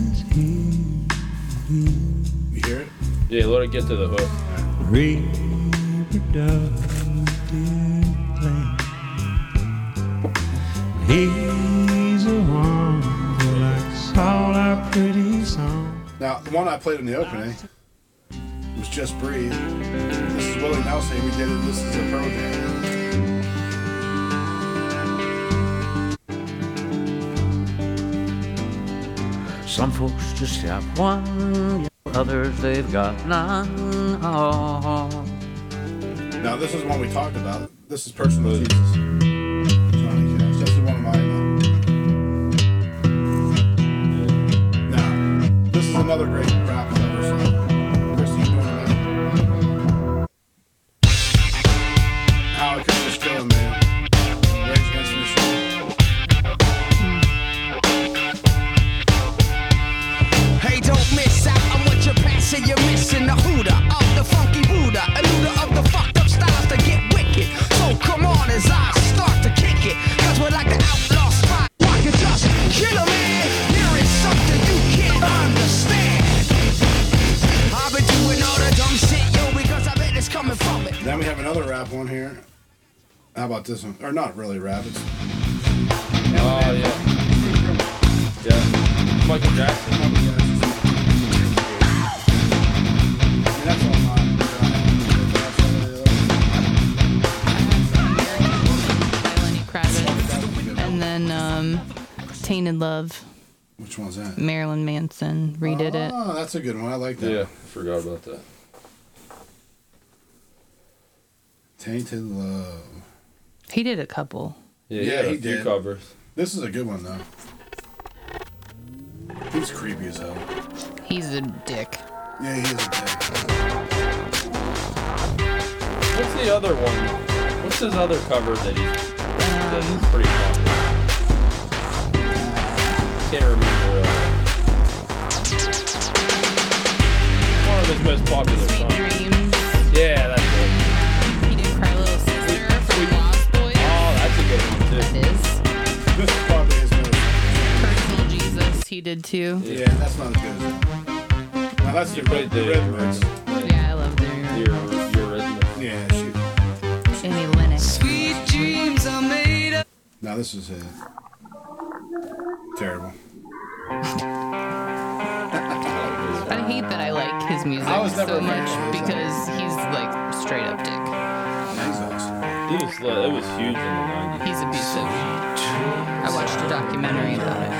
is here. You hear it? Yeah, let it get to the hook. Reproductive plan. He's a one who likes all our pretty songs. Now, the one I played in the opening was Just Breathe. This is Willie Nelson. We did it. This is a pro jam. Some folks just have one, others they've got none. Oh. Now, this is one we talked about. This is Personal Jesus. Johnny Cash. That's one of uh, mine. Now, this is another great rap cover song. Christy, you wanna know? How it could just kill a man. Rage Against the Machine. Hey, don't miss out on what you're passing. You're missing the hooter of the funky Buddha, eluder of the fucked up styles that get wicked. So come on as I start to kick it, cause we're like the outlaw spot. Rock and just kill a man. There is something you can't understand. I've been doing all the dumb shit, yo, because I bet it's coming from it. Then we have another rap one here. How about this one? Or not really rap. It's Oh yeah. Yeah. Michael Jackson. Lenny Kravitz. And then um, Tainted Love. Which one's that? Marilyn Manson redid it. Oh, that's a good one. I like that. Yeah, forgot about that. Tainted Love. He did a couple. Yeah, yeah, a few covers. This is a good one though. He's creepy as hell. He's a dick. Yeah, he is a dick. What's the other one? What's his other cover that he that is pretty popular? Can't remember. Uh, one of his most popular Sweet songs. Dreams. Yeah, that's it. He did Cry Little Sister from Lost Boys. Oh, that's a good one too. It is. This is probably his most. Personal Jesus. He did too. Yeah, that's not as good. as that. Now that's the red, the red ones. Yeah, I love their Your your rhythm. Yeah, shoot. Amy Lennox. Sweet dreams are made of. Now this is his. Terrible. I hate that I like his music I was never so a fan much of his. because he's like straight up dick. He's awesome. It was uh, it was huge in the nineties. He's abusive. I watched a documentary about it.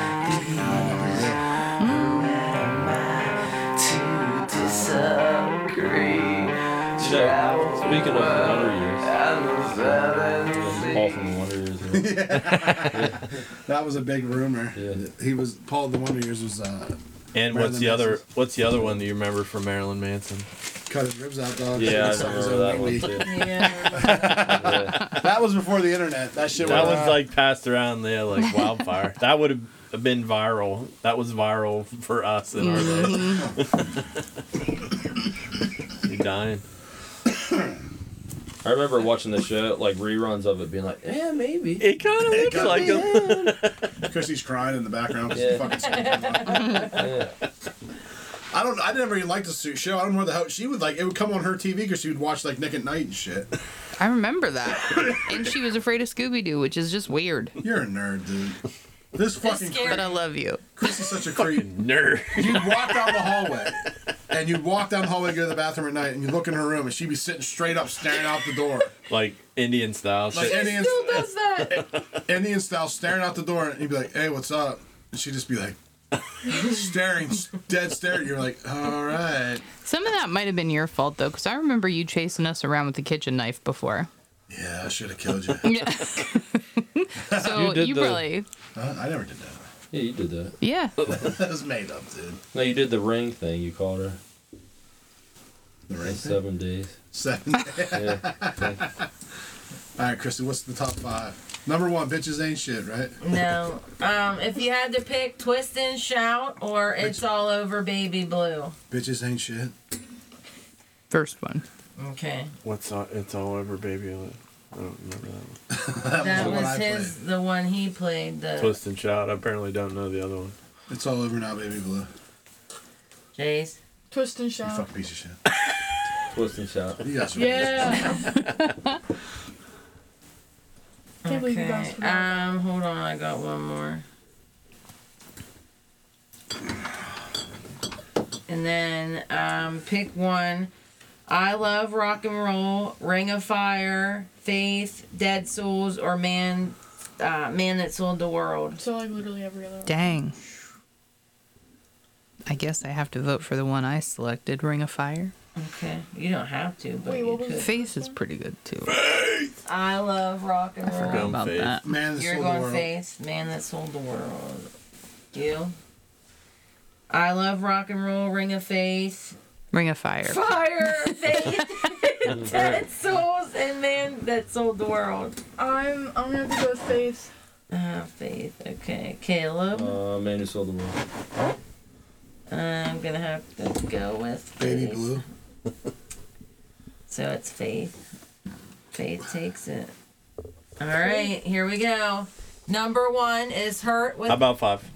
You know, speaking of Wonder Years, Paul from Wonder Years. you know? That was a big rumor. He was Paul the Wonder Years was uh and Marilyn what's the Manson. other? What's the other one that you remember from Marilyn Manson? cut his ribs out, dog. Yeah, I Something remember so that one, wingy. too. That was before the internet. That shit. uh, That went was out. like passed around there like wildfire. that would have been viral. That was viral for us in our day. you dying? I remember watching the show, like reruns of it, being like, eh. Yeah, maybe. It kind of looks like him. Chrissy's crying in the background because Yeah. fucking I don't. I never even liked the suit show. I don't know the hell she would like. It would come on her TV because she would watch like Nick at Night and shit. I remember that. and she was afraid of Scooby Doo, which is just weird. You're a nerd, dude. This fucking. But I love you. Chris is such a creep. Nerd. You'd walk down the hallway, and you'd walk down the hallway, go to the bathroom at night, and you look in her room, and she'd be sitting straight up, staring out the door. Like Indian style. Like shit. Indian, Indian style, staring out the door, and you'd be like, "Hey, what's up?" And she'd just be like, staring, dead stare. You're like, "All right." Some of that might have been your fault though, because I remember you chasing us around with the kitchen knife before. Yeah, I should have killed you. Yeah. so you, did the- really, I, I never did that. Yeah, you did that. yeah. that was made up, dude. No, you did the ring thing. You called her. The ring thing? Seven days. Seven. Yeah. All right, Christy, what's the top five? Number one, bitches ain't shit, right? No. Um, if you had to pick Twist and Shout or It's All Over Baby Blue. bitches ain't shit. First one. Okay. What's all, it's all over, baby? I don't remember that That, one. was, his, the one he played. The Twist and shout. I apparently don't know the other one. It's all over now, baby blue. Jays. Twist and shout. Fuck piece of shit. Twist and shout. You guys are Yeah. Can't believe you guys Okay. Um, hold on, I got one more. And then um, pick one. I love rock and roll, Ring of Fire, Faith, Dead Souls, or Man, uh, Man that Sold the World. So like literally every other. Dang. I guess I have to vote for the one I selected, Ring of Fire. Okay, you don't have to, but Wait, you what was could. Face is pretty good too. I love rock and I roll. forgot about that. Man You're going Faith, Man That Sold the World. You. I love rock and roll, Ring of Faith. Ring of Fire. Fire, faith, Uh, dead souls, and man that sold the world. I'm I'm gonna have to go with Faith. Ah, faith. Okay, Caleb. Uh, man who sold the world. I'm gonna have to go with faith. Baby blue. So it's faith. Faith takes it. All right, here we go. Number one is hurt with. How about five?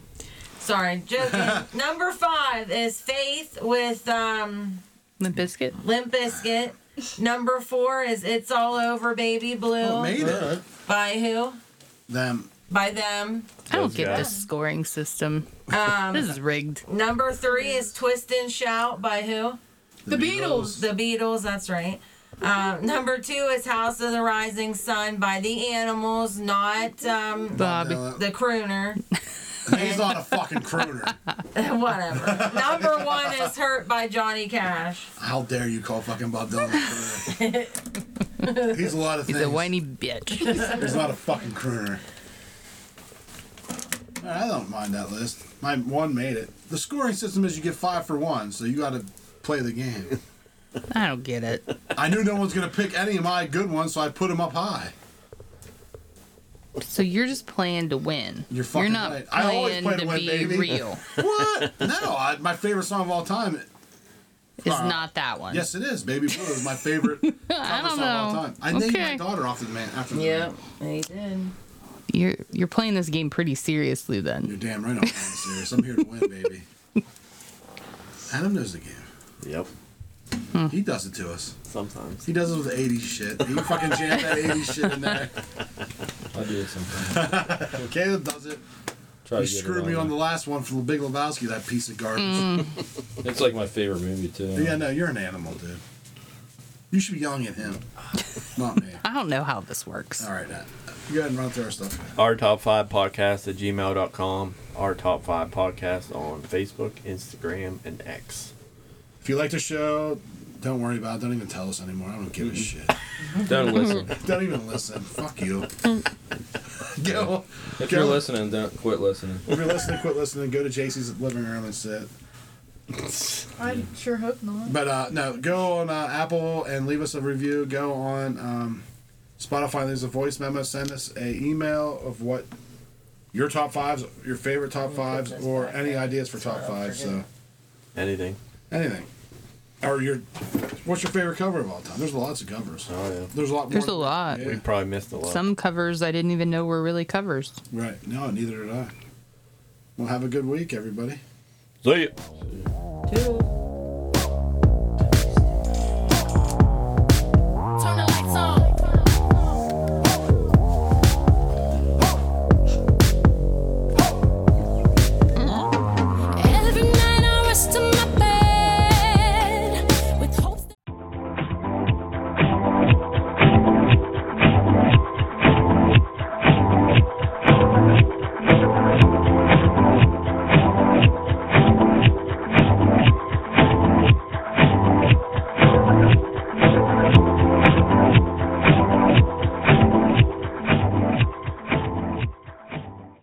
Sorry, joking. Number five is faith with um Limp Biscuit. Limp Biscuit. Number four is It's All Over Baby Blue. Oh, made it. By who? Them. By them. I don't Those get guys. this scoring system. Um, this is rigged. Number three is Twist and Shout by who? The Beatles. The Beatles, that's right. Um, number two is House of the Rising Sun by the Animals, not um, Bob. the crooner. He's not a fucking crooner. Whatever. Number one is Hurt by Johnny Cash. How dare you call fucking Bob Dylan a crooner? He's a lot of He's things. a whiny bitch. He's not a fucking crooner. I don't mind that list. My one made it. The scoring system is you get five for one, so you got to play the game. I don't get it. I knew no one's gonna pick any of my good ones, so I put them up high. So you're just playing to win. You're fucking You're not right. I always play to playing to, win, be baby. real. What? No, I, my favorite song of all time. It's not that one. Yes, it is. Baby Blue is my favorite cover I don't song of all know. time. I named my daughter after the man. After the Yep, man. they did. You're you're playing this game pretty seriously then. You're damn right I'm playing serious. I'm here to win, baby. Adam knows the game. Yep. He does it to us. Sometimes. He does it with the 80s shit. He fucking jammed that 80s shit in there. I do it sometimes. Caleb does it. Try you to get it screwed me on on the last one from The Big Lebowski, that piece of garbage. It's like my favorite movie too. Yeah, no, you're an animal, dude. You should be yelling at him, not me. I don't know how this works. All right, uh, you go ahead and run through our stuff. Our top five podcast at gmail.com. Our top five podcast on Facebook, Instagram, and X. If you like the show, don't worry about it. Don't even tell us anymore. I don't give a shit. Don't listen. don't even listen. Fuck you. go. go. If you're listening, don't quit listening. If you're listening, quit listening. Go to JC's living room and sit. I sure hope not. But uh, no, go on uh, Apple and leave us a review. Go on um, Spotify, leave us a voice memo. Send us a email of what your top fives, your favorite top fives, or any ideas for top fives. So Anything. anything, or your what's your favorite cover of all time? There's lots of covers. Oh yeah. There's a lot. More There's a lot. Yeah. We probably missed a lot. Some covers I didn't even know were really covers. Right. No, neither did I. Well, have a good week, everybody. See ya. Toodles.